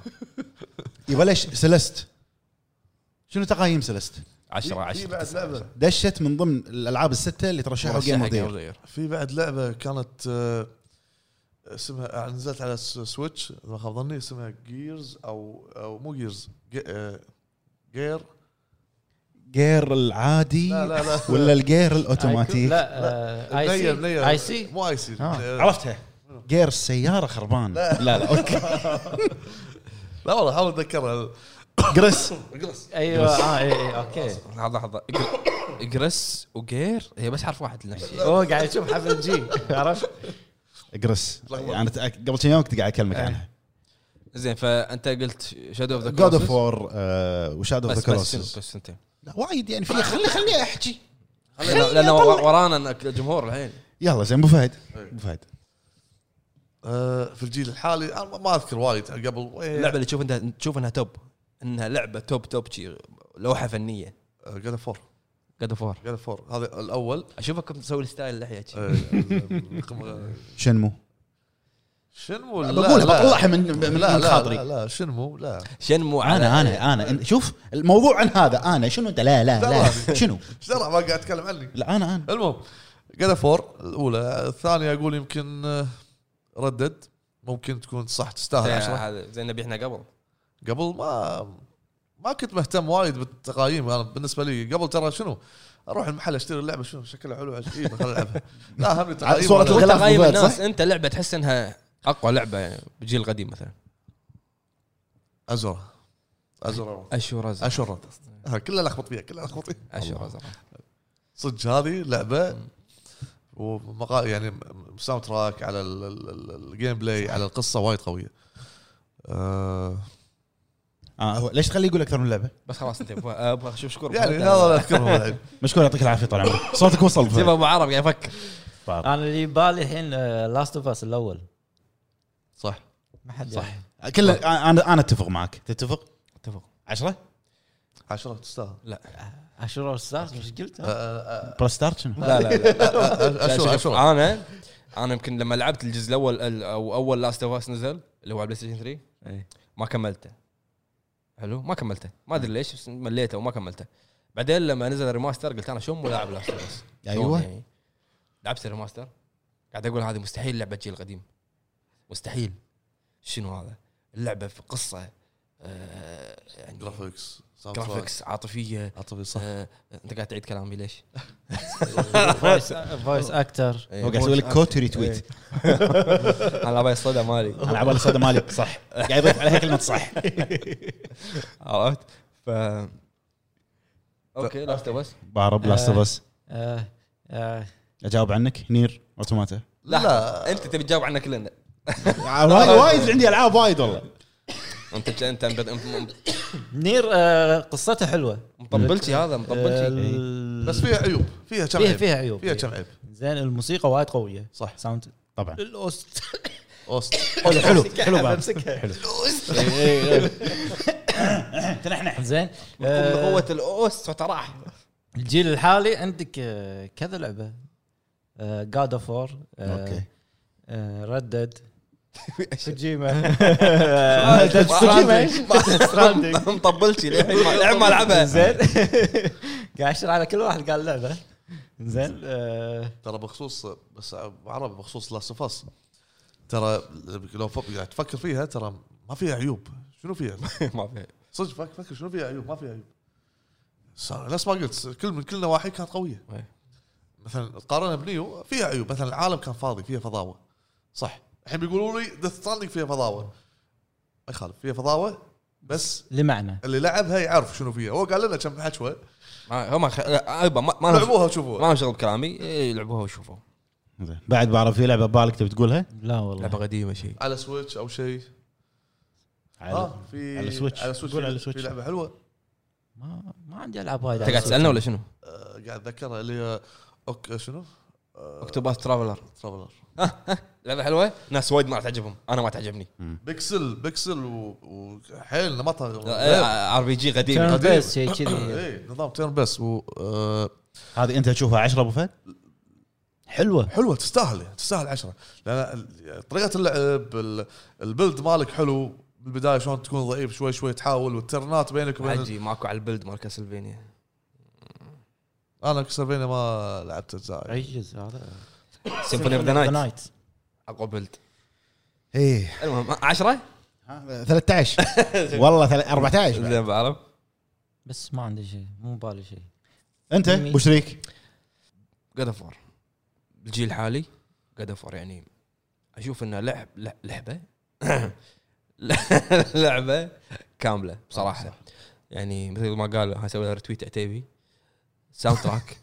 [SPEAKER 3] يبلش سلست شنو تقايم سلست؟
[SPEAKER 1] 10
[SPEAKER 2] إياه. في-
[SPEAKER 1] 10
[SPEAKER 2] في بعد لعبه
[SPEAKER 3] دشت من ضمن الالعاب السته اللي ترشحوا جيم اوف ذا
[SPEAKER 2] في بعد لعبه كانت آه، اسمها آه، نزلت على الس- سويتش اذا ما خاب ظني اسمها جيرز او او مو آه، جيرز جير
[SPEAKER 3] غير العادي
[SPEAKER 2] لا لا لا
[SPEAKER 3] ولا الجير الاوتوماتيك
[SPEAKER 4] لا آه، اي
[SPEAKER 2] نير-
[SPEAKER 4] سي
[SPEAKER 2] نير.
[SPEAKER 4] اي سي
[SPEAKER 2] مو اي سي
[SPEAKER 3] آه.
[SPEAKER 2] لا
[SPEAKER 3] عرفتها غير السياره خربان لا لا اوكي
[SPEAKER 2] والله حاول اتذكرها
[SPEAKER 3] جرس
[SPEAKER 4] ايوه اه اي اي اوكي
[SPEAKER 1] لحظه لحظه إجر- اجرس وجير هي بس حرف واحد لنفس الشيء
[SPEAKER 4] هو قاعد يشوف حفل جي عرفت
[SPEAKER 3] جرس انا تأك- يعني قبل كم يوم كنت قاعد
[SPEAKER 1] إيه.
[SPEAKER 3] اكلمك عنها
[SPEAKER 1] زين فانت قلت شادو اوف ذا
[SPEAKER 3] جود اوف وور وشادو اوف ذا
[SPEAKER 1] بس بس
[SPEAKER 3] كولوسس
[SPEAKER 1] بس انت
[SPEAKER 3] وايد يعني في خلي خليني احكي
[SPEAKER 1] لأن- لان و- ورانا إنك جمهور الحين
[SPEAKER 3] يلا زين ابو فهد
[SPEAKER 2] إيه.
[SPEAKER 3] ابو فهد
[SPEAKER 2] آه، في الجيل الحالي أنا ما- ما اذكر وايد قبل
[SPEAKER 1] اللعبه اللي تشوف انت تشوف انها توب انها لعبه توب توب شي لوحه فنيه
[SPEAKER 2] جاد فور
[SPEAKER 1] جاد اوف وور
[SPEAKER 2] جاد فور هذا الاول
[SPEAKER 1] اشوفك مسوي الستايل اللحيه شي.
[SPEAKER 2] آه، آه،
[SPEAKER 3] شنمو
[SPEAKER 2] شنمو لا
[SPEAKER 3] بقولها
[SPEAKER 2] لا.
[SPEAKER 3] بطلعها من من-
[SPEAKER 2] لا
[SPEAKER 3] من
[SPEAKER 2] لا لا,
[SPEAKER 3] خاطري
[SPEAKER 2] لا شنمو لا
[SPEAKER 1] شنمو على-
[SPEAKER 3] انا انا انا شوف الموضوع عن هذا انا شنو انت لا لا لا
[SPEAKER 2] ترى.
[SPEAKER 3] شنو
[SPEAKER 2] ايش درع ما قاعد اتكلم عني
[SPEAKER 3] لا انا انا
[SPEAKER 2] المهم جاد فور الاولى الثانيه اقول يمكن آه، ردد ممكن تكون صح تستاهل
[SPEAKER 1] زين،
[SPEAKER 2] عشرة
[SPEAKER 1] آه، هذا زين نبي احنا قبل
[SPEAKER 2] قبل ما ما كنت مهتم وايد بالتقايم انا بالنسبه لي قبل ترى شنو اروح المحل اشتري اللعبه شنو شكلها حلو عجيب خل العبها لا هم التقايم
[SPEAKER 3] صورة
[SPEAKER 2] ولا-
[SPEAKER 3] الغلاف
[SPEAKER 1] وانت قايم
[SPEAKER 3] مو بارد،
[SPEAKER 1] الناس
[SPEAKER 3] صح؟
[SPEAKER 1] انت لعبه تحس انها اقوى لعبه يعني بجيل قديم مثلا
[SPEAKER 2] ازرة ازرة
[SPEAKER 1] اشور ازرق
[SPEAKER 2] اشرة ها، كلها لخبط فيها كلها لخبط فيها
[SPEAKER 1] اشور ازرق
[SPEAKER 2] صدق هذه لعبه ومقا يعني م- ساوند تراك على ال- ال- ال- الجيم بلاي على القصه وايد قويه آه
[SPEAKER 3] آه هو ليش تخليه يقول اكثر من لعبه؟
[SPEAKER 1] بس خلاص انت أبغى- ابغى اشوف شكور
[SPEAKER 2] يعني هذا لا اذكرهم الحين
[SPEAKER 3] مشكور يعطيك العافيه طال عمرك صوتك وصل أبو
[SPEAKER 1] شوف
[SPEAKER 3] فهد.
[SPEAKER 1] ابو عرب قاعد يفكر
[SPEAKER 3] طبعاً.
[SPEAKER 4] انا اللي بالي الحين آه، لاست اوف اس الاول
[SPEAKER 2] صح
[SPEAKER 4] ما حد
[SPEAKER 2] صح.
[SPEAKER 4] صح
[SPEAKER 3] كل انا انا اتفق معك تتفق؟
[SPEAKER 1] اتفق
[SPEAKER 3] عشرة؟
[SPEAKER 2] عشرة آه، تستاهل
[SPEAKER 4] اشرور ستارز مش قلت
[SPEAKER 2] آه، آه،
[SPEAKER 3] بلس ستارت شنو؟
[SPEAKER 1] لا لا لا
[SPEAKER 2] آه، آه،
[SPEAKER 1] لا، شوف،
[SPEAKER 2] عشرة عشرة
[SPEAKER 1] انا انا يمكن لما لعبت الجزء الاول ال- او اول لاست اوف اس نزل اللي هو على بلاي ستيشن 3
[SPEAKER 4] إيه.
[SPEAKER 1] ما كملته حلو ما كملته ما ادري ليش بس مليته وما كملته بعدين لما نزل الريماستر قلت انا شو مو لاعب لاست اوف اس
[SPEAKER 3] أيوة.
[SPEAKER 1] يعني. لعبت الريماستر قاعد اقول هذه مستحيل لعبه جيل قديم مستحيل شنو هذا اللعبه في قصه آه يعني
[SPEAKER 2] جرافيكس ساوند تراك.
[SPEAKER 1] جرافيكس عاطفيه
[SPEAKER 2] عاطفي صح
[SPEAKER 1] آه انت قاعد تعيد كلامي ليش؟
[SPEAKER 4] فويس اكتر
[SPEAKER 1] إيه.
[SPEAKER 3] هو قاعد يسوي لك كوت ريتويت
[SPEAKER 1] انا ابي الصدى مالي
[SPEAKER 3] انا على بالي صدى مالك صح قاعد يضيف عليها كلمه صح
[SPEAKER 1] عرفت؟ ف اوكي لاست بس
[SPEAKER 3] بعرب لاست اوف اس
[SPEAKER 4] آه، آه،
[SPEAKER 3] اجاوب عنك نير اوتوماتا
[SPEAKER 1] لا,
[SPEAKER 2] لا.
[SPEAKER 1] انت تبي تجاوب عنا كلنا
[SPEAKER 3] آه، وايد عندي العاب وايد والله
[SPEAKER 1] انت انت أنت
[SPEAKER 4] نير آه، قصته حلوه
[SPEAKER 1] مطبلتي هذا مطبلتي
[SPEAKER 4] ال-
[SPEAKER 2] إيه. بس فيها عيوب فيها كم
[SPEAKER 4] فيها
[SPEAKER 2] عيب
[SPEAKER 4] فيها عيوب
[SPEAKER 2] فيها كم عيب
[SPEAKER 4] زين الموسيقى وايد قويه
[SPEAKER 2] صح
[SPEAKER 4] ساوند
[SPEAKER 3] طبعا
[SPEAKER 4] الاوست
[SPEAKER 2] اوست
[SPEAKER 3] حلو حلو حلو بعرب.
[SPEAKER 4] امسكها
[SPEAKER 3] حلو
[SPEAKER 4] تنحنح إيه، زين
[SPEAKER 1] من
[SPEAKER 4] آه،
[SPEAKER 1] قوه الاوس صوته راح
[SPEAKER 4] الجيل الحالي عندك آه، كذا آه، لعبه جاد اوف وور
[SPEAKER 3] أوكي.
[SPEAKER 4] آه، ردد
[SPEAKER 1] آه، ما- مطبلتي للحين ما- للحين ما العبها
[SPEAKER 4] زين قاعد اشر على كل واحد قال لعبه زين آه،
[SPEAKER 2] ترى بخصوص بس عرب بخصوص لاست اوف اس ترى لو ف- قاعد تفكر فيها ترى ما فيها عيوب شنو فيها؟
[SPEAKER 1] ما في
[SPEAKER 2] صدق فك- فكر شنو فيها عيوب ما فيها عيوب صار- نفس ما قلت كل من كل نواحي كانت قويه
[SPEAKER 3] إيه.
[SPEAKER 1] أي.
[SPEAKER 2] مثلا تقارنها بنيو فيها عيوب مثلا العالم كان فاضي فيها فضاوه صح الحين بيقولوا لي ديث ستراندنج فيها فضاوه ما يخالف فيها فضاوه بس
[SPEAKER 4] لمعنى
[SPEAKER 2] اللي لعبها يعرف شنو فيها هو قال لنا كم حشوه
[SPEAKER 1] ما هم خ... لا، أيضا ما ما لهم-
[SPEAKER 2] لعبوها
[SPEAKER 1] ما
[SPEAKER 2] وشوفوها
[SPEAKER 1] لهم شغل بكلامي إيه، يلعبوها ويشوفوا
[SPEAKER 3] زين بعد بعرف في لعبه ببالك تبي تقولها؟
[SPEAKER 4] لا والله
[SPEAKER 1] لعبه قديمه شيء
[SPEAKER 2] على سويتش او شيء
[SPEAKER 3] على-
[SPEAKER 2] اه في
[SPEAKER 3] على سويتش.
[SPEAKER 2] على سويتش
[SPEAKER 3] قول
[SPEAKER 2] في-
[SPEAKER 3] على سويتش.
[SPEAKER 2] في لعبه حلوه
[SPEAKER 4] ما ما عندي العاب وايد
[SPEAKER 1] انت قاعد تسالنا ولا شنو؟
[SPEAKER 2] آه، قاعد اتذكرها اللي هي اوك شنو؟
[SPEAKER 1] اكتوباس ترافلر
[SPEAKER 2] ترافلر
[SPEAKER 1] لعبه حلوه ناس وايد ما تعجبهم انا ما تعجبني
[SPEAKER 2] بيكسل بيكسل و- وحيل نمطها
[SPEAKER 3] آه،
[SPEAKER 2] غير.
[SPEAKER 1] ار آه، بي جي قديم
[SPEAKER 4] تيرن
[SPEAKER 2] قديم.
[SPEAKER 4] بيس شيء كذي
[SPEAKER 2] ايه نظام تيرن بس و آه،
[SPEAKER 3] هذه انت تشوفها 10 ابو فهد؟ حلوه
[SPEAKER 2] حلوه تستاهل تستاهل عشرة لان طريقه اللعب ال- البيلد مالك حلو بالبدايه شلون تكون ضعيف شوي شوي تحاول والترنات بينك وبين
[SPEAKER 1] عجي ماكو على البلد مال كاسلفينيا
[SPEAKER 2] انا كسلفينيا ما لعبت اجزاء
[SPEAKER 4] اي جزء هذا
[SPEAKER 1] سيمفوني اوف ذا نايت اقوى بلد
[SPEAKER 3] ايه
[SPEAKER 1] المهم 10
[SPEAKER 3] هذا 13 والله ثل- 14 بعد.
[SPEAKER 1] زين بعرف
[SPEAKER 4] بس ما عندي شيء مو بالي شيء
[SPEAKER 3] انت
[SPEAKER 4] يمين.
[SPEAKER 3] ابو شريك
[SPEAKER 1] جاد اوف الجيل الحالي جاد اوف يعني اشوف انه لعب لع- لعبه لعبه كامله بصراحه يعني مثل ما قال هسوي لها ريتويت عتيبي ساوند تراك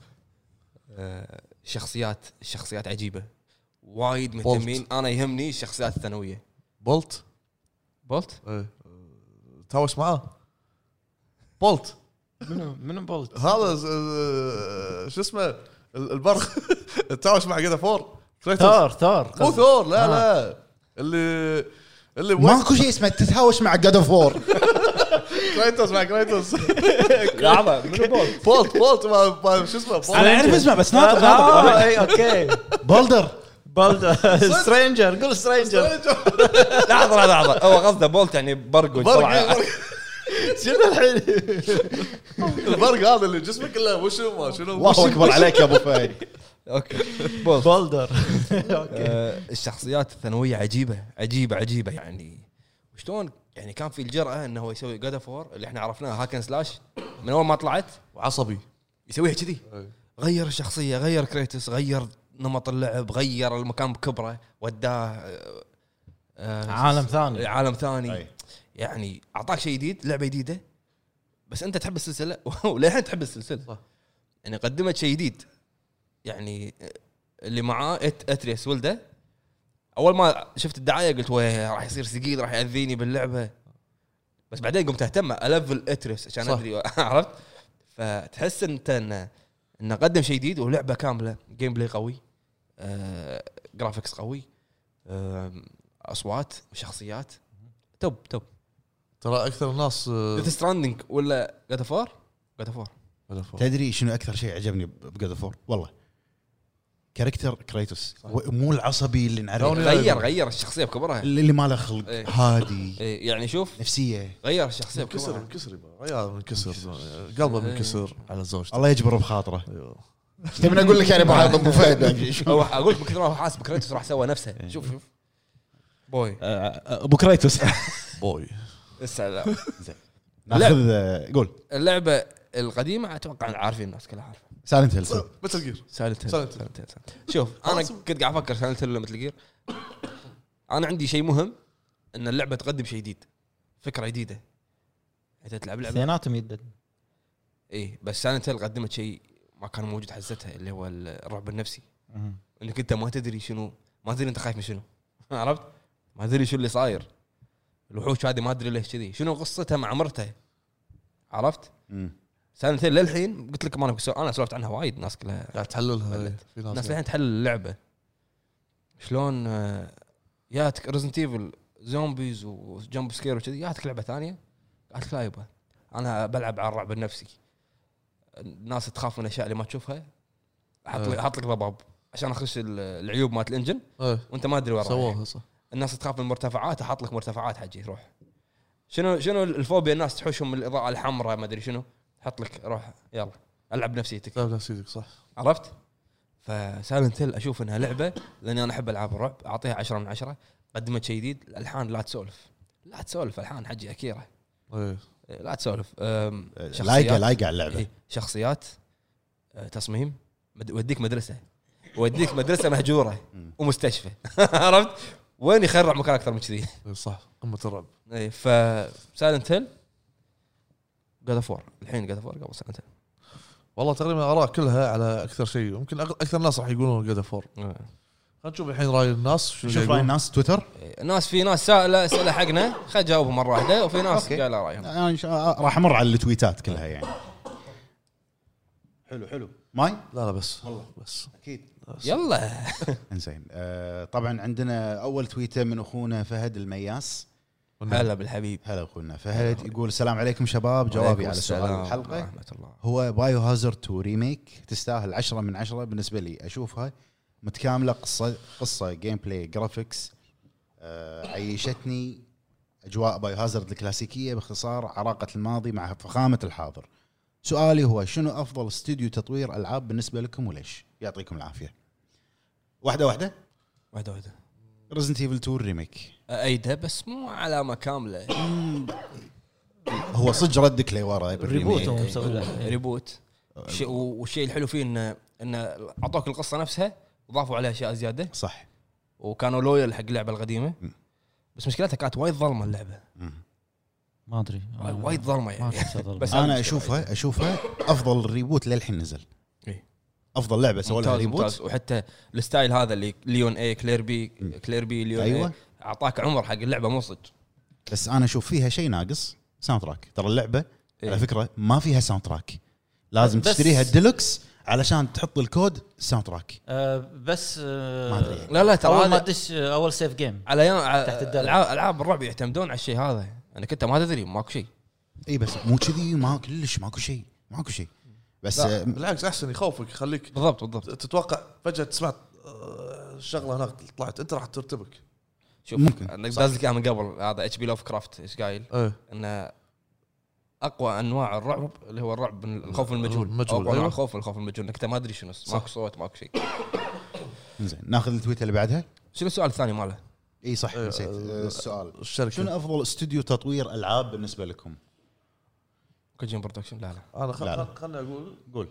[SPEAKER 1] آه، شخصيات شخصيات عجيبه وايد مهتمين انا يهمني الشخصيات الثانويه
[SPEAKER 2] بولت
[SPEAKER 1] بولت
[SPEAKER 2] إيه. تهاوش معاه بولت
[SPEAKER 4] منو منو بولت
[SPEAKER 2] هذا ز- آه، شو اسمه ال- البرخ تهاوش مع جيدا فور كريتوس
[SPEAKER 4] ثور ثور
[SPEAKER 2] مو
[SPEAKER 4] قصدي.
[SPEAKER 2] ثور لا لا اللي اللي بويس
[SPEAKER 3] ماكو شيء اسمه تتهاوش مع جاد اوف وور
[SPEAKER 2] كريتوس مع كريتوس
[SPEAKER 1] لحظه منو بولت؟
[SPEAKER 2] بولت بولت ما- ما- شو اسمه بولت
[SPEAKER 3] انا اعرف اسمه بس
[SPEAKER 4] آه،
[SPEAKER 3] ناطق
[SPEAKER 4] آه،
[SPEAKER 3] ناطق
[SPEAKER 4] اي اوكي
[SPEAKER 3] بولدر
[SPEAKER 4] بولد سترينجر قول سترينجر
[SPEAKER 1] لحظه لحظه لحظه هو قصده بولت يعني برق وطلع
[SPEAKER 2] برق
[SPEAKER 4] شنو الحين
[SPEAKER 2] البرق هذا اللي جسمه كله وشم ما شنو
[SPEAKER 3] الله اكبر عليك يا ابو فهد
[SPEAKER 1] اوكي بولت
[SPEAKER 4] بولدر
[SPEAKER 1] آه، الشخصيات الثانويه عجيبه عجيبه عجيبه يعني وشلون يعني كان في الجراه انه هو يسوي جاد فور اللي احنا عرفناه هاكن سلاش من اول ما طلعت
[SPEAKER 2] وعصبي
[SPEAKER 1] يسويها كذي غير الشخصيه غير كريتس غير نمط اللعب غير المكان بكبره وداه آه، آه،
[SPEAKER 4] عالم ثاني
[SPEAKER 1] عالم ثاني
[SPEAKER 3] أي.
[SPEAKER 1] يعني اعطاك شيء جديد لعبه جديده بس انت تحب السلسله وللحين تحب السلسله
[SPEAKER 2] صح.
[SPEAKER 1] يعني قدمت شيء جديد يعني اللي معاه أت اتريس ولده اول ما شفت الدعايه قلت ويه راح يصير ثقيل راح ياذيني باللعبه بس بعدين قمت اهتم الفل اتريس عشان
[SPEAKER 2] صح.
[SPEAKER 1] ادري عرفت فتحس انت انه انه قدم شيء جديد ولعبه كامله جيم بلاي قوي آه، جرافيكس قوي آه، آم، اصوات وشخصيات توب توب
[SPEAKER 2] ترى اكثر الناس آه،
[SPEAKER 1] ديث ستراندنج ولا جاد فور جاد فور
[SPEAKER 2] ولا فوق.
[SPEAKER 3] تدري شنو اكثر شيء عجبني بجاد اوف وور والله كاركتر كريتوس و- مو العصبي اللي نعرفه
[SPEAKER 1] غير غير الشخصيه بكبرها
[SPEAKER 3] اللي اللي ما له خلق
[SPEAKER 1] إيه.
[SPEAKER 3] هادي
[SPEAKER 1] إيه، يعني شوف
[SPEAKER 3] نفسيه
[SPEAKER 1] غير الشخصيه
[SPEAKER 2] انكسر
[SPEAKER 1] بكبرها
[SPEAKER 2] انكسر يبا. عيال منكسر قلبه منكسر على زوجته
[SPEAKER 3] الله يجبره بخاطره
[SPEAKER 2] أيوه.
[SPEAKER 3] تبي اقول لك يعني أبو- ابو فهد
[SPEAKER 1] هو اقول لك من كثر ما هو حاسب كريتوس راح سوى
[SPEAKER 2] إيه.
[SPEAKER 1] نفسه شوف شوف بوي
[SPEAKER 3] ابو آه، كريتوس
[SPEAKER 2] بوي
[SPEAKER 1] السلام
[SPEAKER 3] ناخذ آه، قول
[SPEAKER 1] اللعبه القديمه اتوقع عارفين الناس كلها عارفه
[SPEAKER 3] سايلنت هيل
[SPEAKER 2] مثل جير
[SPEAKER 1] سايلنت
[SPEAKER 2] Silent Hill.
[SPEAKER 1] شوف انا كنت قاعد افكر سايلنت هيل ولا مثل جير انا عندي شيء مهم ان اللعبه تقدم شيء جديد فكره جديده انت تلعب لعبه
[SPEAKER 4] اثنيناتهم يدد
[SPEAKER 1] اي إيه، بس سايلنت هيل قدمت شيء ما كان موجود حزتها اللي هو الرعب النفسي انك انت ما تدري شنو ما تدري انت خايف من شنو عرفت؟ ما تدري شو اللي صاير الوحوش هذه ما ادري ليش كذي شنو قصتها مع مرته عرفت؟ سايلنت هيل للحين قلت لك ما انا انا سولفت عنها وايد ناس كلها
[SPEAKER 2] قاعد تحللها
[SPEAKER 1] بلد.
[SPEAKER 2] إيه. في
[SPEAKER 1] الناس
[SPEAKER 2] ناس
[SPEAKER 1] الحين تحلل اللعبه شلون آه، جاتك ريزنت ايفل زومبيز وجمب سكير وكذي جاتك لعبه ثانيه قالت لا يبا انا بلعب على الرعب النفسي الناس تخاف من الاشياء اللي ما تشوفها حط لك
[SPEAKER 2] آه.
[SPEAKER 1] حط لك ضباب عشان اخش ال- العيوب مالت الانجن
[SPEAKER 2] إيه.
[SPEAKER 1] وانت ما ادري وراها
[SPEAKER 2] سووها صح
[SPEAKER 1] الناس تخاف من المرتفعات احط لك مرتفعات حجي روح شنو شنو الفوبيا الناس تحوشهم من الاضاءه الحمراء ما ادري شنو حط لك روح يلا العب نفسيتك
[SPEAKER 2] لا لا سيدك صح
[SPEAKER 1] عرفت؟ فسايلنت هيل اشوف انها لعبه لاني انا احب العاب الرعب اعطيها 10 من 10 قدمت شيء جديد الالحان لا تسولف لا تسولف الحان حجي اكيره
[SPEAKER 2] إيه.
[SPEAKER 1] إيه، لا تسولف أم،
[SPEAKER 3] لايقه لايقه آه، على اللعبه
[SPEAKER 1] إيه، شخصيات آه، تصميم مد- وديك مدرسه وديك مدرسه مهجوره
[SPEAKER 3] مم.
[SPEAKER 1] ومستشفى عرفت؟ وين يخرع مكان اكثر من كذي
[SPEAKER 2] صح قمه الرعب
[SPEAKER 1] اي ف سايلنت هيل جاد اوف وور الحين جاد اوف وور قبل سايلنت
[SPEAKER 2] والله تقريبا اراء كلها على اكثر شيء يمكن أغ- اكثر ناس راح يقولون جاد فور
[SPEAKER 1] هيل
[SPEAKER 2] خلينا نشوف الحين راي الناس شو
[SPEAKER 3] شوف راي الناس تويتر
[SPEAKER 1] إيه، ناس في ناس سائله اسئله حقنا خلينا نجاوبهم مره واحده وفي ناس
[SPEAKER 3] أوكي. نعم.
[SPEAKER 1] قالوا رايهم
[SPEAKER 3] انا آه، إن شاء- راح امر على التويتات كلها يعني حلو حلو ماي
[SPEAKER 2] لا لا بس والله بس
[SPEAKER 3] اكيد
[SPEAKER 1] يلا
[SPEAKER 3] نعم. انزين آه طبعا عندنا اول تويته من اخونا فهد المياس
[SPEAKER 1] هلا بالحبيب
[SPEAKER 3] هلا اخونا فهد يقول السلام عليكم شباب جوابي
[SPEAKER 1] وعليكم
[SPEAKER 3] على سؤال
[SPEAKER 1] السلام
[SPEAKER 3] الحلقه
[SPEAKER 1] ورحمه الله
[SPEAKER 3] هو بايو هازارد 2 ريميك تستاهل 10 من 10 بالنسبه لي اشوفها متكامله قصه قصه جيم بلاي جرافيكس آه، عيشتني اجواء بايو هازارد الكلاسيكيه باختصار عراقه الماضي مع فخامه الحاضر سؤالي هو شنو افضل استوديو تطوير العاب بالنسبه لكم وليش يعطيكم العافيه واحده واحده
[SPEAKER 1] واحده واحده
[SPEAKER 3] ريزنت ايفل 2 ريميك
[SPEAKER 1] ايدها بس مو علامه كامله
[SPEAKER 3] هو صدق ردك لورا
[SPEAKER 4] ريبوت هم
[SPEAKER 3] بالريميك.
[SPEAKER 4] مسوي له.
[SPEAKER 1] إيه، ريبوت شيء- والشيء الحلو فيه انه انه اعطوك القصه نفسها وضافوا عليها اشياء زياده
[SPEAKER 3] صح
[SPEAKER 1] وكانوا لويل حق اللعبه القديمه
[SPEAKER 3] م.
[SPEAKER 1] بس مشكلتها كانت وايد ظلمه اللعبه
[SPEAKER 4] ما ادري
[SPEAKER 3] آه.
[SPEAKER 1] وايد ظلمه
[SPEAKER 4] ما
[SPEAKER 1] يعني
[SPEAKER 4] أحس أظلم.
[SPEAKER 1] بس
[SPEAKER 3] انا اشوفها اشوفها افضل ريبوت للحين نزل
[SPEAKER 1] إيه.
[SPEAKER 3] افضل لعبه سووا لها
[SPEAKER 1] ممتاز
[SPEAKER 3] ريبوت
[SPEAKER 1] ممتاز وحتى الستايل هذا اللي ليون اي كلير بي
[SPEAKER 3] م.
[SPEAKER 1] كلير بي ليون
[SPEAKER 3] أيوة.
[SPEAKER 1] اي اعطاك عمر حق اللعبه مو صدق
[SPEAKER 3] بس انا اشوف فيها شيء ناقص ساوند تراك ترى اللعبه
[SPEAKER 1] إيه.
[SPEAKER 3] على فكره ما فيها ساوند تراك لازم
[SPEAKER 4] بس-
[SPEAKER 3] تشتريها الديلوكس علشان تحط الكود ساوند تراك
[SPEAKER 4] آه، بس آه،
[SPEAKER 3] ما أدري.
[SPEAKER 1] لا لا ترى
[SPEAKER 4] اول ما
[SPEAKER 1] هذا
[SPEAKER 4] تدش آه، اول سيف جيم
[SPEAKER 1] على ايام على-
[SPEAKER 4] تحت الدرج.
[SPEAKER 1] العاب العاب الرعب يعتمدون على الشيء هذا انك انت ما تدري ماكو شيء
[SPEAKER 3] اي إيه بس مو كذي ما كلش ماكو شيء ماكو شيء بس
[SPEAKER 2] لا،
[SPEAKER 3] آه،
[SPEAKER 2] بالعكس احسن يخوفك يخليك
[SPEAKER 1] بالضبط بالضبط
[SPEAKER 2] تتوقع فجاه سمعت آه، شغله هناك طلعت انت راح ترتبك
[SPEAKER 1] شوف
[SPEAKER 3] ممكن.
[SPEAKER 1] انك داز لك إياها من قبل هذا اتش بي لوف كرافت ايش قايل
[SPEAKER 2] ايه
[SPEAKER 1] ان اقوى انواع الرعب اللي هو الرعب من الخوف المجهول
[SPEAKER 2] المجهول،
[SPEAKER 1] اقوى انواع
[SPEAKER 2] أيوة.
[SPEAKER 1] الخوف الخوف المجهول انك انت ما ادري شنو ماكو صوت ماكو شيء
[SPEAKER 3] زين ناخذ التويتر اللي بعدها
[SPEAKER 1] شنو السؤال الثاني ماله؟
[SPEAKER 3] اي صح
[SPEAKER 2] آه،
[SPEAKER 3] نسيت آه،
[SPEAKER 2] آه،
[SPEAKER 3] السؤال
[SPEAKER 2] الشركه
[SPEAKER 3] شنو افضل استوديو تطوير العاب بالنسبه لكم؟
[SPEAKER 1] كوجين برودكشن لا لا
[SPEAKER 2] انا
[SPEAKER 3] لا، لا.
[SPEAKER 2] خل- خلنا اقول
[SPEAKER 3] قول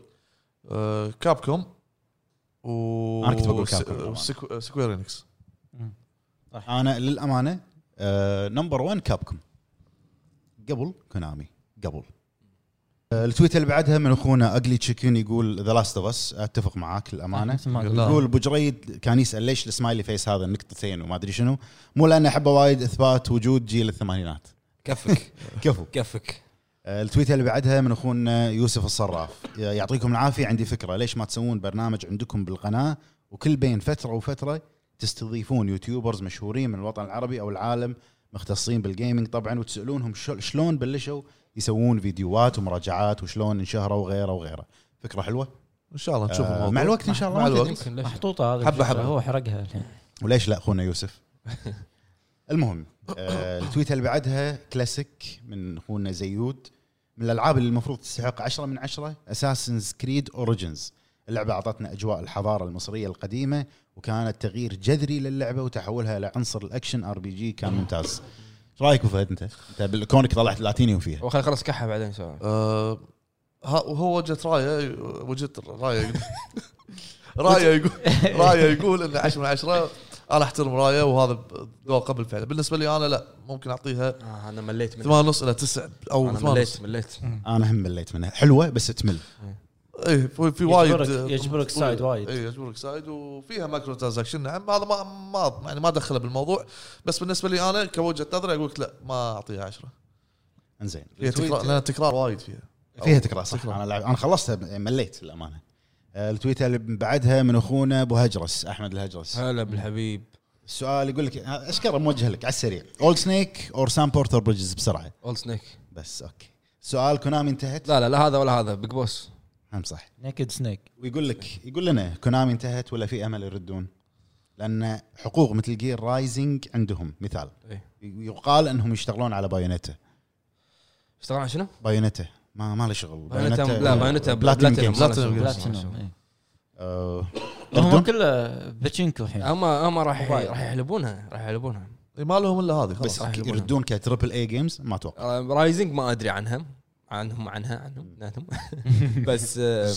[SPEAKER 2] كاب كوم و آه،
[SPEAKER 3] أنا كنت بقول كابكوم طبعاً.
[SPEAKER 2] سكوير انكس
[SPEAKER 3] انا للامانه آه نمبر 1 كابكم قبل كونامي قبل آه التويت اللي بعدها من اخونا اجلي تشيكن يقول ذا لاست اوف اس اتفق معاك للامانه
[SPEAKER 4] ما أدري.
[SPEAKER 2] لا.
[SPEAKER 3] يقول ابو جريد كان يسال ليش السمايلي فيس هذا النقطتين وما ادري شنو مو لان احبه وايد اثبات وجود جيل الثمانينات
[SPEAKER 1] كفك
[SPEAKER 3] كفو
[SPEAKER 1] كفك
[SPEAKER 3] آه، التويته اللي بعدها من اخونا يوسف الصراف يا- يعطيكم العافيه عندي فكره ليش ما تسوون برنامج عندكم بالقناه وكل بين فتره وفتره تستضيفون يوتيوبرز مشهورين من الوطن العربي او العالم مختصين بالجيمنج طبعا وتسالونهم شل- شلون بلشوا يسوون فيديوهات ومراجعات وشلون انشهروا وغيره وغيره فكره حلوه
[SPEAKER 2] ان شاء الله نشوف
[SPEAKER 3] آه
[SPEAKER 2] الموضوع
[SPEAKER 3] مع الوقت ان شاء الله
[SPEAKER 2] مع
[SPEAKER 3] ما تدري.
[SPEAKER 2] الوقت.
[SPEAKER 1] يمكن ليش
[SPEAKER 4] محطوطه هذا
[SPEAKER 2] حبة
[SPEAKER 4] بشكل-
[SPEAKER 2] حبة.
[SPEAKER 4] هو حرقها الحين
[SPEAKER 3] وليش لا اخونا يوسف المهم آه التويته اللي بعدها كلاسيك من اخونا زيود من الالعاب اللي المفروض تستحق 10 من 10 اساسنز كريد اوريجنز اللعبه اعطتنا اجواء الحضاره المصريه القديمه وكانت تغيير جذري للعبه وتحولها لعنصر الاكشن ار بي جي كان ممتاز ايش رايك ابو فهد انت؟ انت بالكونك طلعت لاتينيوم فيها
[SPEAKER 1] وخلينا نخلص كحه بعدين سؤال
[SPEAKER 2] آه، ها- وهو وجهه رايه وجهه رايه رايه يقول رايه يقول ان 10 من 10 انا احترم رايه وهذا ذوق قبل فعله بالنسبه لي انا لا ممكن اعطيها
[SPEAKER 1] آه انا مليت منها
[SPEAKER 2] 8.5 الى 9 او
[SPEAKER 1] انا
[SPEAKER 2] 8
[SPEAKER 1] مليت مليت
[SPEAKER 3] انا هم مليت منها حلوه بس تمل
[SPEAKER 2] اي إيه، في في وايد
[SPEAKER 4] يجبرك- يجبرك سايد وايد.
[SPEAKER 2] اي يجبرك سايد وفيها مايكرو ترانزاكشن نعم هذا ما ما يعني ما دخله بالموضوع بس بالنسبه لي انا كوجهه نظري اقول لك لا ما اعطيها 10
[SPEAKER 3] انزين
[SPEAKER 2] فيها تكرار
[SPEAKER 3] يعني.
[SPEAKER 2] لان تكرار وايد فيها
[SPEAKER 3] فيها
[SPEAKER 2] أو-
[SPEAKER 3] تكرار صح
[SPEAKER 2] تكرار.
[SPEAKER 3] انا لعب... انا خلصتها يعني مليت للامانه آه، التويته اللي بعدها من اخونا ابو هجرس احمد الهجرس
[SPEAKER 1] هلا بالحبيب
[SPEAKER 3] السؤال يقول لك آه، ها، اشكره موجه لك على السريع اولد سنيك اور سام بورتر بريدجز بسرعه
[SPEAKER 1] اول سنيك
[SPEAKER 3] بس اوكي سؤال كونامي انتهت
[SPEAKER 1] لا لا لا هذا ولا هذا بيج بوس
[SPEAKER 3] هم صح
[SPEAKER 4] نيكد سنيك
[SPEAKER 3] ويقول لك يقول لنا كونامي انتهت ولا في امل يردون لان حقوق مثل جير رايزنج عندهم مثال
[SPEAKER 1] إيه.
[SPEAKER 3] يقال انهم يشتغلون على بايونيتا
[SPEAKER 1] اشتغل على شنو؟
[SPEAKER 3] بايونيتا ما ما له شغل
[SPEAKER 1] بايونيتا- لا، بايونيتا بلاتينيوم.
[SPEAKER 3] بلاتينيوم جيمز.
[SPEAKER 2] بلاتينيوم جيمز.
[SPEAKER 4] بلاتينوم إيه.
[SPEAKER 3] آه،
[SPEAKER 4] هم
[SPEAKER 3] يردون؟
[SPEAKER 4] كله باتشينكو الحين
[SPEAKER 1] هم هم راح
[SPEAKER 4] موبايل.
[SPEAKER 1] راح يحلبونها راح يحلبونها
[SPEAKER 2] إي، إيه، ما لهم الا هذه
[SPEAKER 3] بس
[SPEAKER 2] خلاص
[SPEAKER 1] راح يبونها.
[SPEAKER 3] يردون كتربل اي جيمز ما اتوقع
[SPEAKER 1] آه، رايزنج ما ادري عنها عنهم عنها عنهم عنهم بس آه،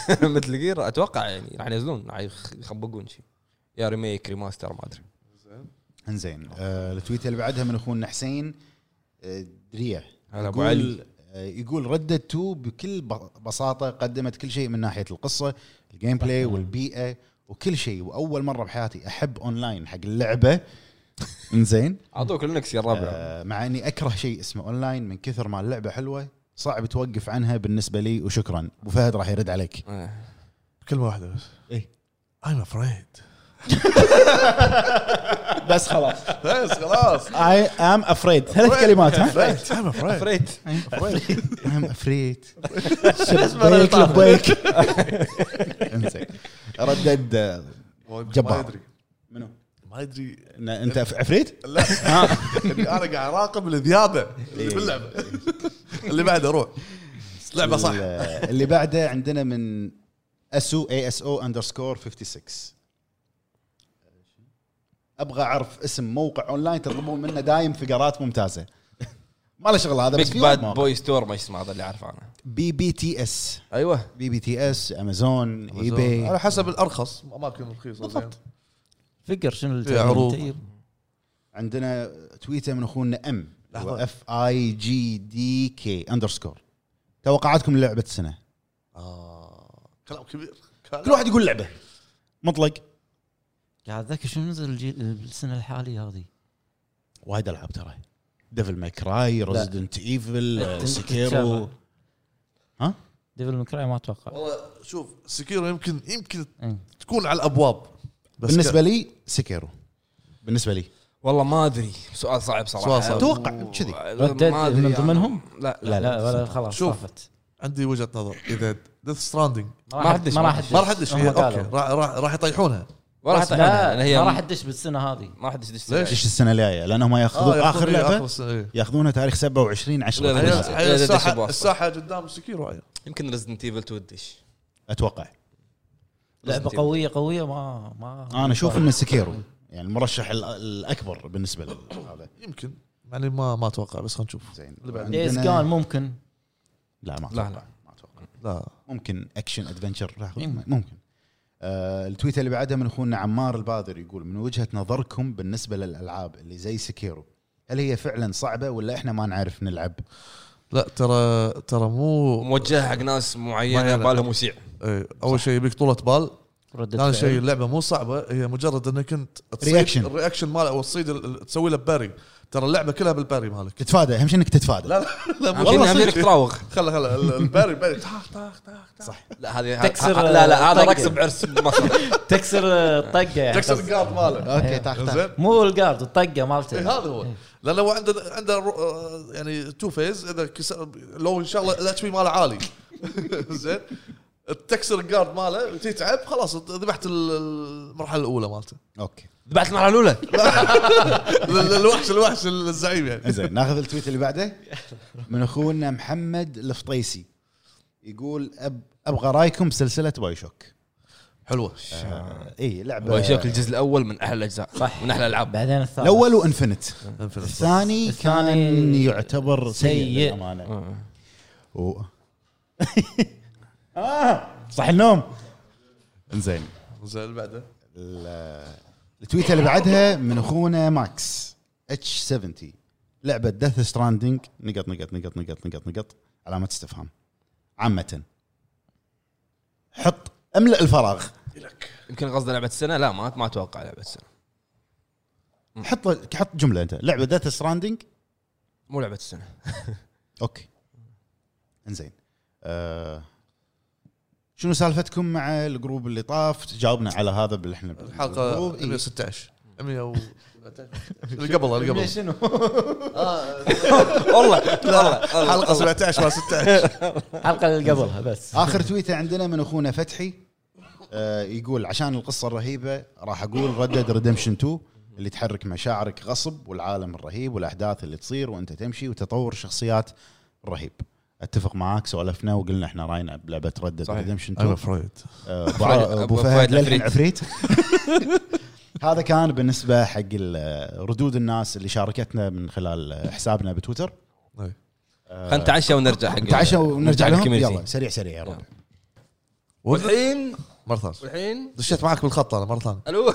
[SPEAKER 1] مثل جير اتوقع يعني راح ينزلون راح يخ- يخبقون شيء يا ريميك ريماستر ما ادري
[SPEAKER 3] انزين آه، التويته اللي بعدها من اخونا حسين آه، دريه
[SPEAKER 1] هلا أبو
[SPEAKER 3] يقول-
[SPEAKER 1] علي.
[SPEAKER 3] آه، يقول ردد 2 بكل ب- بساطه قدمت كل شيء من ناحيه القصه الجيم بلاي والبيئه وكل شيء واول مره بحياتي احب اونلاين حق اللعبه انزين
[SPEAKER 1] اعطوك لينكس يا الرابع
[SPEAKER 3] آه، مع اني اكره شيء اسمه اونلاين من كثر ما اللعبه حلوه صعب توقف عنها بالنسبه لي وشكرا ابو فهد راح يرد عليك
[SPEAKER 1] آه.
[SPEAKER 2] كلمه واحده بس
[SPEAKER 3] إيه.
[SPEAKER 2] I'm afraid
[SPEAKER 3] بس خلاص
[SPEAKER 2] بس خلاص
[SPEAKER 3] اي ام افريد ثلاث كلمات ها
[SPEAKER 2] Afraid. I'm afraid
[SPEAKER 1] فريد
[SPEAKER 3] ام افريد
[SPEAKER 4] مرة
[SPEAKER 3] لبيك لبيك انزين ردد آه، جبار.
[SPEAKER 2] ما يدري
[SPEAKER 3] منو؟ آه.
[SPEAKER 2] ما يدري
[SPEAKER 3] إن انت أف- عفريت؟
[SPEAKER 2] لا إني انا قاعد اراقب الذيابه
[SPEAKER 3] إيه.
[SPEAKER 2] اللي باللعبه اللي بعده روح لعبه صح
[SPEAKER 3] ال- اللي بعده عندنا من اسو اي اس او اندرسكور 56 ابغى اعرف اسم موقع اونلاين تطلبون منه دايم فقرات ممتازه ما له شغل هذا طيب، بس
[SPEAKER 1] بيج
[SPEAKER 3] في
[SPEAKER 1] باد
[SPEAKER 3] وايد مواقع.
[SPEAKER 1] بوي ستور ما اسمه هذا اللي اعرفه انا
[SPEAKER 3] بي بي تي اس
[SPEAKER 1] ايوه
[SPEAKER 3] بي بي تي اس امازون اي
[SPEAKER 2] على
[SPEAKER 3] باي
[SPEAKER 2] حسب الارخص اماكن رخيصه زين
[SPEAKER 4] فقر شنو
[SPEAKER 2] في عروض.
[SPEAKER 4] التغيير؟
[SPEAKER 3] عندنا تويتر من اخونا ام
[SPEAKER 2] لحظة.
[SPEAKER 3] اف اي جي دي كي اندرسكور توقعاتكم للعبه السنه
[SPEAKER 2] اه كلام كبير
[SPEAKER 3] كل واحد يقول لعبه مطلق
[SPEAKER 4] قاعد اتذكر شنو نزل الجيل السنه الحاليه هذه
[SPEAKER 3] وايد العاب ترى ديفل ماي كراي ريزدنت ايفل
[SPEAKER 4] تن-
[SPEAKER 3] سكيرو
[SPEAKER 4] تتشابه. ديفل مكراي ما اتوقع
[SPEAKER 2] والله شوف سكيرو يمكن يمكن
[SPEAKER 4] إيه.
[SPEAKER 2] تكون على الابواب بس
[SPEAKER 3] بالنسبه لي سكيرو بالنسبه لي
[SPEAKER 1] والله ما ادري سؤال صعب صراحه
[SPEAKER 2] سؤال صعب.
[SPEAKER 3] أتوقع كذي.
[SPEAKER 4] ردد
[SPEAKER 1] ما أدري
[SPEAKER 4] من
[SPEAKER 1] أنا.
[SPEAKER 4] ضمنهم؟
[SPEAKER 1] لا لا
[SPEAKER 3] لا،
[SPEAKER 4] لا ولا خلاص
[SPEAKER 2] شوف.
[SPEAKER 4] طافت
[SPEAKER 2] عندي وجهه نظر اذا ديث ستراندنج
[SPEAKER 1] ما راح تدش،
[SPEAKER 4] ما راح
[SPEAKER 1] ما
[SPEAKER 4] تدش
[SPEAKER 2] ما راح ادش فيها
[SPEAKER 4] هم
[SPEAKER 2] اوكي
[SPEAKER 4] قالوا. آه،
[SPEAKER 2] راح راح راح يطيحونها
[SPEAKER 1] ولا
[SPEAKER 4] راح-
[SPEAKER 1] أستحي
[SPEAKER 4] لا،
[SPEAKER 1] عنها، لأن هي
[SPEAKER 4] ما راح تدش بالسنه هذه
[SPEAKER 1] ما راح تدش
[SPEAKER 2] ليش؟
[SPEAKER 3] ايش السنه الجايه لان هم ياخذون
[SPEAKER 2] آه،
[SPEAKER 3] اخر
[SPEAKER 2] ياخذون-
[SPEAKER 3] لعبه
[SPEAKER 2] ياخذون- إيه.
[SPEAKER 3] ياخذونها تاريخ 27
[SPEAKER 1] لا، لا، لا.
[SPEAKER 3] 10
[SPEAKER 2] هي- هي
[SPEAKER 1] دش
[SPEAKER 2] الساحه
[SPEAKER 1] بواسطة.
[SPEAKER 2] الساحه قدام سكيرو هاي.
[SPEAKER 1] يمكن ريزدنت ايفل 2 تدش
[SPEAKER 3] اتوقع
[SPEAKER 4] لعبه قويه قويه ما ما
[SPEAKER 3] انا اشوف ان سكيرو يعني المرشح ال- الاكبر بالنسبه لهذا
[SPEAKER 2] يمكن يعني ما ما اتوقع بس خلينا نشوف
[SPEAKER 3] زين
[SPEAKER 2] اللي بعد.
[SPEAKER 4] دايز
[SPEAKER 3] عندنا-
[SPEAKER 4] كان ممكن
[SPEAKER 3] لا ما
[SPEAKER 1] لا،
[SPEAKER 3] لا
[SPEAKER 1] لا.
[SPEAKER 3] لا ما اتوقع
[SPEAKER 2] لا
[SPEAKER 3] ممكن اكشن ادفنشر راح يكون- ممكن آه التويته اللي بعدها من اخونا عمار البادر يقول من وجهه نظركم بالنسبه للالعاب اللي زي سكيرو هل هي فعلا صعبه ولا احنا ما نعرف نلعب؟
[SPEAKER 2] لا ترى ترى مو
[SPEAKER 1] موجهه حق ناس معينه
[SPEAKER 2] معينة.
[SPEAKER 1] بالها وسيع
[SPEAKER 2] إيه، اول شيء يبيك طولة بال
[SPEAKER 4] ردت
[SPEAKER 2] ثاني شيء اللعبه مو صعبه هي مجرد انك انت تصيد
[SPEAKER 3] رياكشن.
[SPEAKER 2] الرياكشن ماله او تصيد ال- ال- تسوي له باري ترى اللعبه كلها بالباري مالك
[SPEAKER 3] تتفادى اهم شيء انك تتفادى
[SPEAKER 2] لا لا مو-
[SPEAKER 1] والله
[SPEAKER 2] صدق.
[SPEAKER 1] انك تراوغ
[SPEAKER 2] خلا خلا ال- الباري باري طاخ طاخ طاخ طاخ
[SPEAKER 3] صح
[SPEAKER 1] لا هذه
[SPEAKER 4] تكسر-
[SPEAKER 1] ها- لا لا هذا
[SPEAKER 4] طقة.
[SPEAKER 1] رقص بعرس مصر
[SPEAKER 4] تكسر الطقه يعني
[SPEAKER 2] تكسر الجارد ماله
[SPEAKER 3] اوكي
[SPEAKER 4] أيوة.
[SPEAKER 3] تعال تعال
[SPEAKER 2] زين
[SPEAKER 4] مو الجارد الطقه
[SPEAKER 2] إيه،
[SPEAKER 4] مالته
[SPEAKER 2] هذا هو لان هو عنده عنده رو- آه، يعني تو فيز اذا كسر لو ان شاء الله الاتش بي ماله عالي زين تكسر الجارد ماله وتتعب خلاص ذبحت ال- المرحله الاولى مالته
[SPEAKER 3] اوكي
[SPEAKER 1] ذبحت المرحله الاولى
[SPEAKER 2] ال- الوحش الوحش الزعيم يعني
[SPEAKER 3] زين ناخذ التويت اللي بعده من اخونا محمد الفطيسي يقول أب ابغى رايكم بسلسله باي شوك
[SPEAKER 2] حلوه
[SPEAKER 3] آه اي لعبه
[SPEAKER 1] وشوك الجزء الاول من احلى الاجزاء
[SPEAKER 4] صح.
[SPEAKER 1] من احلى الالعاب
[SPEAKER 4] بعدين الثالث
[SPEAKER 3] الاول وانفنت
[SPEAKER 2] انفنت
[SPEAKER 3] الثاني كان
[SPEAKER 4] الثاني
[SPEAKER 3] يعتبر سيء
[SPEAKER 4] سيء.
[SPEAKER 3] للامانه و... آه، صح النوم زين
[SPEAKER 2] زين اللي بعده
[SPEAKER 3] ال- التويته اللي بعدها من اخونا ماكس اتش 70 لعبه ديث ستراندنج نقط نقط نقط نقط نقط نقط علامه استفهام عامه حط املا الفراغ
[SPEAKER 1] يمكن قصده لعبه السنه لا ما ما اتوقع لعبه السنه
[SPEAKER 3] حط حط جمله انت لعبه ديث ستراندنج
[SPEAKER 1] مو لعبه السنه
[SPEAKER 3] اوكي انزين آه شنو سالفتكم مع الجروب اللي طاف جاوبنا على هذا اللي احنا
[SPEAKER 2] الحلقه
[SPEAKER 3] بالجروب، إيه.
[SPEAKER 2] 116 100 و- اللي قبلها اللي قبلها
[SPEAKER 4] شنو؟
[SPEAKER 1] والله والله
[SPEAKER 2] حلقه 17 ولا 16
[SPEAKER 4] الحلقه اللي قبلها بس
[SPEAKER 3] اخر تويته عندنا من اخونا فتحي آه يقول عشان القصه الرهيبه راح اقول ردد ريدمشن 2 اللي تحرك مشاعرك غصب والعالم الرهيب والاحداث اللي تصير وانت تمشي وتطور الشخصيات الرهيب اتفق معاك سولفنا وقلنا احنا راينا بلعبه ردد
[SPEAKER 1] صحيح.
[SPEAKER 3] ريدمشن 2
[SPEAKER 2] انا فريد
[SPEAKER 3] آه، ابو ع- ابو فهد للحين عفريت هذا كان بالنسبه حق ال- ردود الناس اللي شاركتنا من خلال حسابنا بتويتر
[SPEAKER 2] طيب.
[SPEAKER 1] خلينا نتعشى ونرجع حق
[SPEAKER 3] نتعشى ونرجع لهم
[SPEAKER 1] الكوميونتي.
[SPEAKER 3] يلا سريع سريع يا رب
[SPEAKER 1] والحين
[SPEAKER 2] مره ثانيه
[SPEAKER 1] والحين
[SPEAKER 2] دشيت معاك بالخط انا مره ثانيه
[SPEAKER 1] الو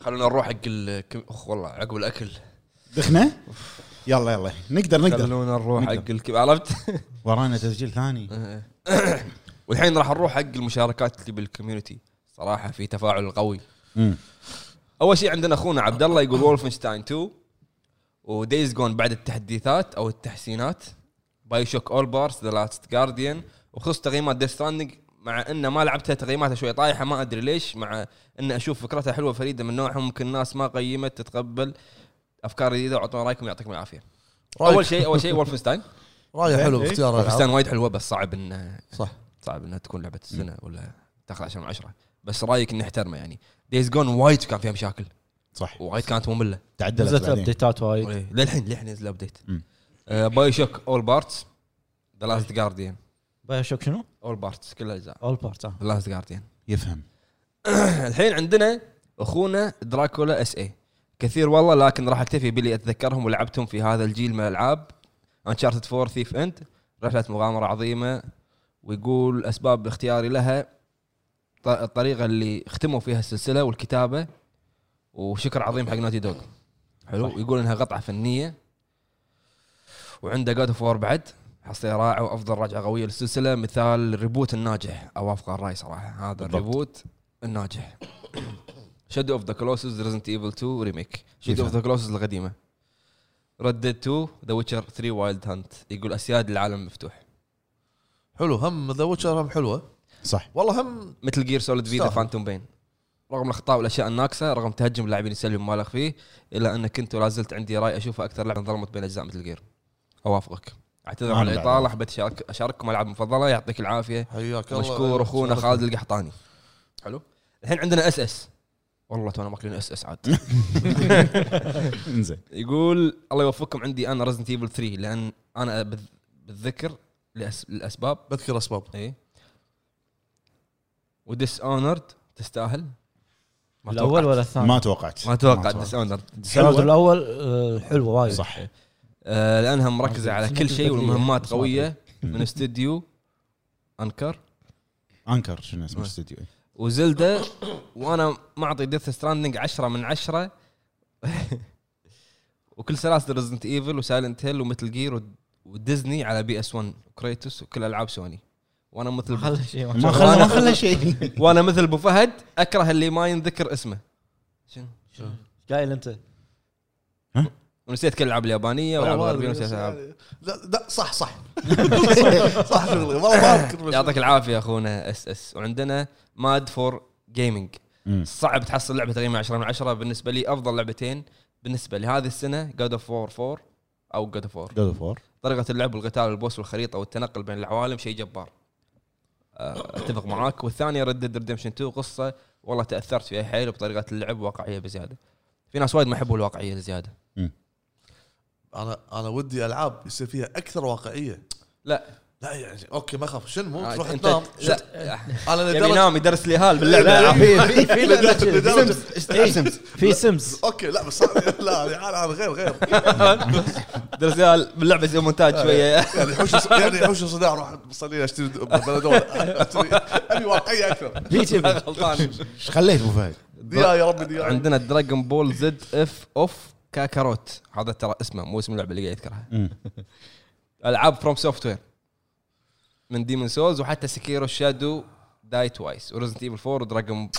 [SPEAKER 1] خلونا نروح حق الكم... أخ والله عقب الاكل
[SPEAKER 3] دخنه يلا يلا نقدر نقدر
[SPEAKER 1] خلونا نروح
[SPEAKER 3] نقدر.
[SPEAKER 1] حق الكم... عرفت؟
[SPEAKER 3] ورانا تسجيل ثاني
[SPEAKER 1] والحين راح نروح حق المشاركات اللي بالكوميونتي صراحه في تفاعل قوي
[SPEAKER 3] مم.
[SPEAKER 1] اول شيء عندنا اخونا عبد الله يقول وولفنشتاين 2 ودايز جون بعد التحديثات او التحسينات باي شوك اول بارس ذا لاست جارديان وخصوص تقييمات ديث ستراندنج مع ان ما لعبتها تقييماتها شوي طايحه ما ادري ليش مع ان اشوف فكرتها حلوه فريده من نوعها ممكن الناس ما قيمت تتقبل افكار جديده واعطونا رايكم يعطيكم العافيه
[SPEAKER 2] رايك-
[SPEAKER 1] اول شيء اول شيء وولفنشتاين
[SPEAKER 2] رايه حلو
[SPEAKER 3] إيه.
[SPEAKER 2] باختيار الألعاب.
[SPEAKER 1] وولفنشتاين وايد حلوه بس صعب انه
[SPEAKER 2] صح
[SPEAKER 1] صعب انها تكون لعبه السنه ولا تاخذ 10 من 10 بس رايك اني احترمه يعني دايز جون وايد كان فيها مشاكل
[SPEAKER 3] صح
[SPEAKER 1] وايد كانت ممله
[SPEAKER 3] تعدلت
[SPEAKER 4] نزلت
[SPEAKER 3] بعدين
[SPEAKER 4] ابديتات وايد
[SPEAKER 1] إيه، للحين للحين آه، نزل ابديت
[SPEAKER 3] مم.
[SPEAKER 1] باي شوك اول بارتس ذا لاست جارديان
[SPEAKER 4] بايو شوك شنو؟
[SPEAKER 1] اول بارتس كل الاجزاء
[SPEAKER 4] اول بارت
[SPEAKER 1] ذا لاست جارديان
[SPEAKER 3] يفهم
[SPEAKER 1] الحين عندنا اخونا دراكولا اس اي كثير والله لكن راح اكتفي باللي اتذكرهم ولعبتهم في هذا الجيل من الالعاب انشارتد 4 ثيف اند رحله مغامره عظيمه ويقول اسباب اختياري لها ط- الطريقه اللي ختموا فيها السلسله والكتابه وشكر عظيم حق نوتي دوغ حلو يقول انها قطعه فنيه وعنده جاد اوف بعد حصريه رائعه وافضل رجعه قويه للسلسله مثال الريبوت الناجح اوافق الراي صراحه هذا
[SPEAKER 3] بالضبط.
[SPEAKER 1] الريبوت الناجح شادو اوف ذا كلوسز ريزنت ايفل 2 ريميك شادو
[SPEAKER 3] يفهم.
[SPEAKER 1] اوف ذا كلوسز القديمه ردد 2 ذا ويتشر 3 وايلد هانت يقول اسياد العالم مفتوح
[SPEAKER 2] حلو هم ذا ويتشر هم حلوه
[SPEAKER 3] صح
[SPEAKER 2] والله هم
[SPEAKER 1] مثل جير سوليد في ذا
[SPEAKER 2] يستاهل.
[SPEAKER 1] فانتوم بين رغم الاخطاء والاشياء الناقصه رغم تهجم اللاعبين السلبي مبالغ فيه الا ان كنت ولا زلت عندي راي اشوفه اكثر لعبه انظلمت بين اجزاء مثل جير اوافقك اعتذر
[SPEAKER 3] ما
[SPEAKER 1] عن
[SPEAKER 3] أنا
[SPEAKER 1] الاطاله
[SPEAKER 3] بعد.
[SPEAKER 1] حبيت أشارك- اشارككم العاب مفضله يعطيك العافيه
[SPEAKER 2] حياك الله
[SPEAKER 1] مشكور اخونا خالد القحطاني حلو الحين عندنا اس اس والله تونا ماكلين اس اس عاد
[SPEAKER 3] انزين
[SPEAKER 1] يقول الله يوفقكم عندي انا رزنت ايفل 3 لان انا بذ- بالذكر لأس- إيه. للاسباب
[SPEAKER 2] بذكر اسباب
[SPEAKER 1] اي وديس اونرد تستاهل ما
[SPEAKER 4] الاول ولا
[SPEAKER 1] توقعت.
[SPEAKER 4] الثاني؟
[SPEAKER 3] ما توقعت
[SPEAKER 1] ما توقعت ديس اونرد
[SPEAKER 4] السبب الاول آه، حلوه وايد
[SPEAKER 3] صح
[SPEAKER 1] آه لانها مركزه على
[SPEAKER 4] سمعت
[SPEAKER 1] كل شيء
[SPEAKER 4] البديهة.
[SPEAKER 1] والمهمات
[SPEAKER 4] بس ما
[SPEAKER 1] قويه من استديو انكر
[SPEAKER 3] انكر شنو اسمه
[SPEAKER 1] آه.
[SPEAKER 3] الاستديو
[SPEAKER 1] وزلدا وانا معطي ديث ستراندنج 10 من 10 وكل سلاسل ريزنت ايفل وسايلنت هيل ومثل جير وديزني على بي اس 1 وكريتوس وكل العاب سوني وانا مثل
[SPEAKER 4] خلى شيء ما
[SPEAKER 3] ما
[SPEAKER 4] شاء
[SPEAKER 3] خلى
[SPEAKER 4] الله.
[SPEAKER 3] ما خلى شيء
[SPEAKER 1] وانا مثل ابو فهد اكره اللي ما ينذكر اسمه شنو؟
[SPEAKER 4] قايل انت
[SPEAKER 1] ونسيت كل الالعاب اليابانيه والعاب الغربيه ونسيت
[SPEAKER 2] يعني
[SPEAKER 1] العاب
[SPEAKER 2] لا لا صح صح صح شغلي والله ما اذكر بس-
[SPEAKER 1] يعطيك العافيه اخونا اس اس وعندنا ماد فور جيمنج
[SPEAKER 3] مم.
[SPEAKER 1] صعب تحصل لعبه تقريبا 10 من 10 بالنسبه لي افضل لعبتين بالنسبه لهذه السنه جود اوف وور 4 او جود اوف وور
[SPEAKER 3] جود اوف وور
[SPEAKER 1] طريقه اللعب والقتال والبوس والخريطه والتنقل بين العوالم شيء جبار آه، اتفق معاك والثانيه ردد ريدمشن 2 قصه والله تاثرت فيها حيل وبطريقه اللعب واقعيه بزياده في ناس وايد ما يحبوا الواقعيه الزياده
[SPEAKER 2] انا انا ودي العاب يصير فيها اكثر واقعيه
[SPEAKER 1] لا.
[SPEAKER 2] لا يعني اوكي ما اخاف شنو مو
[SPEAKER 1] آه،
[SPEAKER 2] تروح
[SPEAKER 1] انت
[SPEAKER 2] تنام
[SPEAKER 1] لا آه، طيب،
[SPEAKER 2] انا
[SPEAKER 1] يبي
[SPEAKER 2] لدرجه
[SPEAKER 1] ينام يدرس لي هال
[SPEAKER 4] لا،
[SPEAKER 1] باللعبه
[SPEAKER 4] في في في لعبة كذي.
[SPEAKER 2] لدرجة-
[SPEAKER 4] Sims. إيه، في سيمز
[SPEAKER 2] اوكي لا بس لا يعني انا أنا غير غير
[SPEAKER 1] درس لي هال باللعبه زي مونتاج شويه
[SPEAKER 2] يعني حوش يعني حوش صداع اروح بصلي اشتري بلدول أشتري- ابي واقعيه اكثر
[SPEAKER 1] غلطان
[SPEAKER 3] ايش خليت ابو فهد؟
[SPEAKER 2] ديا يا ربي ديا
[SPEAKER 1] عندنا دراجون بول زد اف اوف كاكاروت هذا ترى اسمه مو اسم اللعبه اللي قاعد يذكرها العاب فروم سوفت وير من ديمون سولز وحتى سكيرو شادو داي توايس وريزنت ايفل 4 ودراجون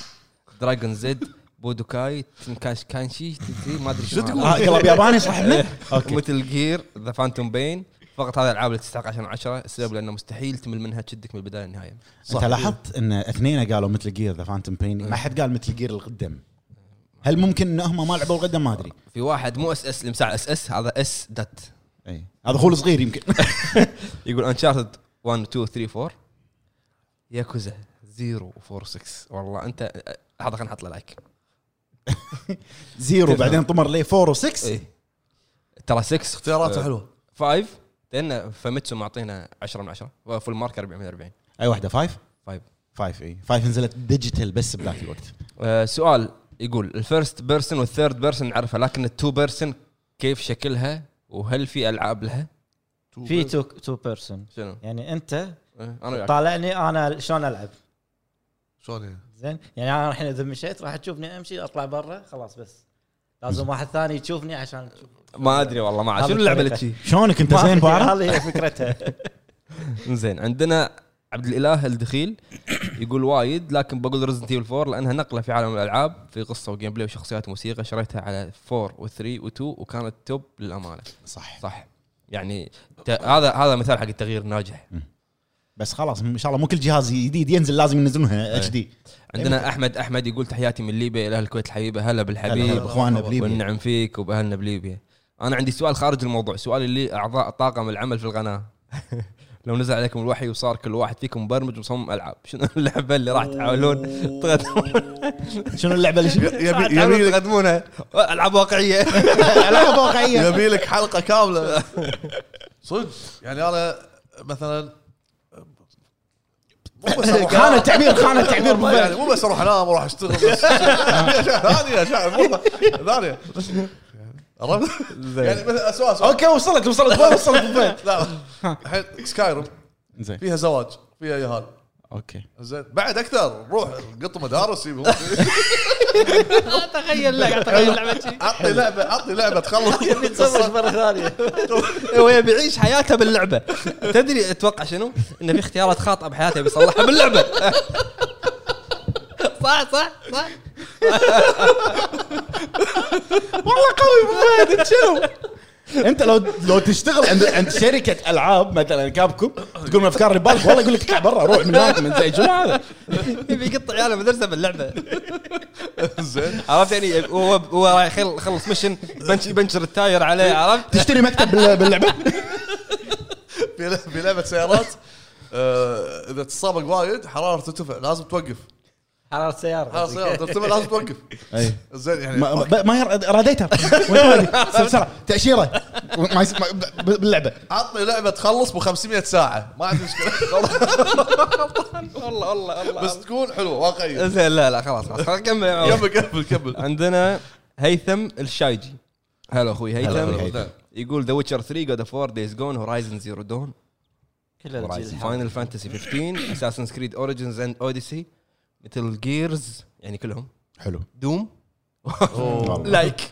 [SPEAKER 1] دراجون زد بودوكاي تنكاش كانشي تدري ما ادري شو
[SPEAKER 3] آه، قلب ياباني
[SPEAKER 1] إيه.
[SPEAKER 3] صاحبنا اوكي
[SPEAKER 1] مثل جير ذا فانتوم بين فقط هذه الالعاب اللي تستحق 10 من 10 السبب لانه مستحيل تمل منها تشدك من البدايه للنهايه
[SPEAKER 3] انت لاحظت ان اثنين قالوا مثل جير ذا فانتوم بين ما حد قال مثل جير القدم هل ممكن ان هم ما لعبوا القدم ما ادري
[SPEAKER 1] في واحد مو اس اس اللي مساع اس اس هذا اس دت
[SPEAKER 3] اي هذا خول صغير يمكن
[SPEAKER 1] يقول انشارتد 1 2 3 4 ياكوزا 0 4 6 والله انت لحظه خلينا نحط له لايك
[SPEAKER 3] زيرو بعدين طمر لي 4 و6
[SPEAKER 1] اي ترى 6
[SPEAKER 4] آه،
[SPEAKER 2] اختياراته حلوه
[SPEAKER 1] 5 لان فاميتسو معطينا 10 من 10 فول مارك 40 من 40
[SPEAKER 3] اي واحده 5
[SPEAKER 1] 5
[SPEAKER 3] 5 اي 5 نزلت ديجيتال بس بذاك الوقت
[SPEAKER 1] آه، سؤال يقول الفيرست بيرسون والثيرد بيرسون نعرفها لكن التو بيرسون كيف شكلها وهل في العاب لها؟
[SPEAKER 4] في تو تو بيرسون
[SPEAKER 1] شنو؟
[SPEAKER 4] يعني انت
[SPEAKER 1] آه، انا وياك
[SPEAKER 4] طالعني انا شلون العب
[SPEAKER 2] شلون يعني؟
[SPEAKER 4] زين يعني انا الحين اذا مشيت راح تشوفني امشي اطلع برا خلاص بس لازم واحد ثاني تشوفني عشان تشوف
[SPEAKER 1] ما ادري والله ما أعرف. شنو
[SPEAKER 4] هذا
[SPEAKER 1] اللعبه اللي
[SPEAKER 4] الطريقة.
[SPEAKER 1] تشي
[SPEAKER 3] شلونك انت زين ابو عرب؟
[SPEAKER 4] هذه هي فكرتها
[SPEAKER 1] زين عندنا عبد الاله الدخيل يقول وايد لكن بقول ريزنت ايفل 4 لانها نقله في عالم الالعاب في قصه وجيم بلاي وشخصيات وموسيقى شريتها على 4 و3 و2 وكانت توب للامانه
[SPEAKER 3] صح
[SPEAKER 1] صح يعني ت- هذا هذا مثال حق التغيير الناجح
[SPEAKER 3] بس خلاص ان شاء الله مو كل جهاز جديد ينزل لازم ينزلونها اتش دي
[SPEAKER 1] عندنا احمد احمد يقول تحياتي من ليبيا الى اهل الكويت الحبيبه هلا بالحبيب
[SPEAKER 3] اخواننا بليبيا
[SPEAKER 1] والنعم فيك وباهلنا بليبيا انا عندي سؤال خارج الموضوع سؤالي لي اعضاء طاقم العمل في القناه لو نزل عليكم الوحي وصار كل واحد فيكم مبرمج ومصمم العاب شنو اللعبه اللي راح تحاولون تقدمونها
[SPEAKER 3] شنو اللعبه اللي شفت؟
[SPEAKER 2] يبي يبي
[SPEAKER 1] تحاولون تقدمونها العاب واقعيه
[SPEAKER 3] العاب واقعيه
[SPEAKER 2] يبي لك حلقه كامله صدق يعني انا مثلا مو بس أروح
[SPEAKER 3] خانه
[SPEAKER 2] أنام.
[SPEAKER 3] تعبير خانه تعبير
[SPEAKER 2] والله يعني مو بس اروح انام واروح اشتغل بس ثانيه شعر والله ثانيه عرفت؟ يعني مثلا سؤال سؤال
[SPEAKER 3] اوكي وصلت وصلت وين وصلت وين
[SPEAKER 2] لا الحين سكايرم
[SPEAKER 3] زين
[SPEAKER 2] فيها زواج فيها يهال
[SPEAKER 3] اوكي
[SPEAKER 2] زين بعد اكثر روح قط مدارس يبي-
[SPEAKER 4] تخيل لك
[SPEAKER 3] أيوه.
[SPEAKER 4] تخيل لعبه
[SPEAKER 2] عطني لعبه عطني لعبه تخلص
[SPEAKER 4] تزوج مره ثانيه
[SPEAKER 1] هو يبي يعيش حياته باللعبه تدري اتوقع شنو؟ انه في اختيارات خاطئه بحياته بيصلحها باللعبه صح صح صح
[SPEAKER 3] والله قوي ابو فهد انت شنو؟ انت لو لو تشتغل عند عند شركه العاب مثلا كابكم تقول من الافكار اللي ببالك والله يقول لك اطلع برا روح من هناك من زي شنو هذا؟
[SPEAKER 1] يبي يقطع عياله مدرسه باللعبه
[SPEAKER 2] زين
[SPEAKER 1] عرفت يعني هو هو رايح يخل- يخلص مشن بنش بنشر التاير عليه عرفت؟
[SPEAKER 3] تشتري مكتب بال- باللعبه؟
[SPEAKER 2] في لع- في لعبه سيارات آه، اذا تتسابق وايد حراره ترتفع لازم توقف
[SPEAKER 4] حراره السياره
[SPEAKER 2] حراره السياره ترتفع لازم توقف
[SPEAKER 3] اي
[SPEAKER 2] زين يعني
[SPEAKER 3] ما ما- ما ير- راديتر وين رادي؟ بسرعه تاشيره ما يس- ما- ب- ب- باللعبه
[SPEAKER 2] عطني لعبه تخلص ب 500 ساعه ما عندي مشكله
[SPEAKER 1] والله والله الله
[SPEAKER 2] بس تكون حلوه واقعيه
[SPEAKER 1] زين لا لا خلاص خلاص خلاص كمل يا عمر.
[SPEAKER 2] كمل
[SPEAKER 3] آه.
[SPEAKER 2] كمل كمل
[SPEAKER 1] عندنا هيثم الشايجي هلا اخوي
[SPEAKER 3] هلا
[SPEAKER 1] هيثم
[SPEAKER 3] أخوي هيثم.
[SPEAKER 1] يقول ذا ويتشر 3 جود اوف 4 دايز جون هورايزن زيرو دون فاينل فانتسي 15 اساسن كريد اوريجنز اند اوديسي مثل جيرز يعني كلهم
[SPEAKER 3] حلو
[SPEAKER 1] دوم لايك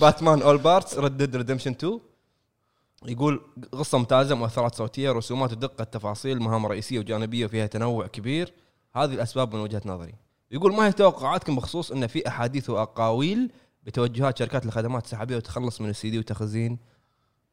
[SPEAKER 1] باتمان اول بارتس ردد ريدمشن 2 يقول قصه ممتازه مؤثرات صوتيه رسومات ودقه تفاصيل مهام رئيسيه وجانبيه وفيها تنوع كبير هذه الاسباب من وجهه نظري يقول ما هي توقعاتكم بخصوص ان في احاديث واقاويل بتوجهات شركات الخدمات السحابيه وتخلص من السي دي وتخزين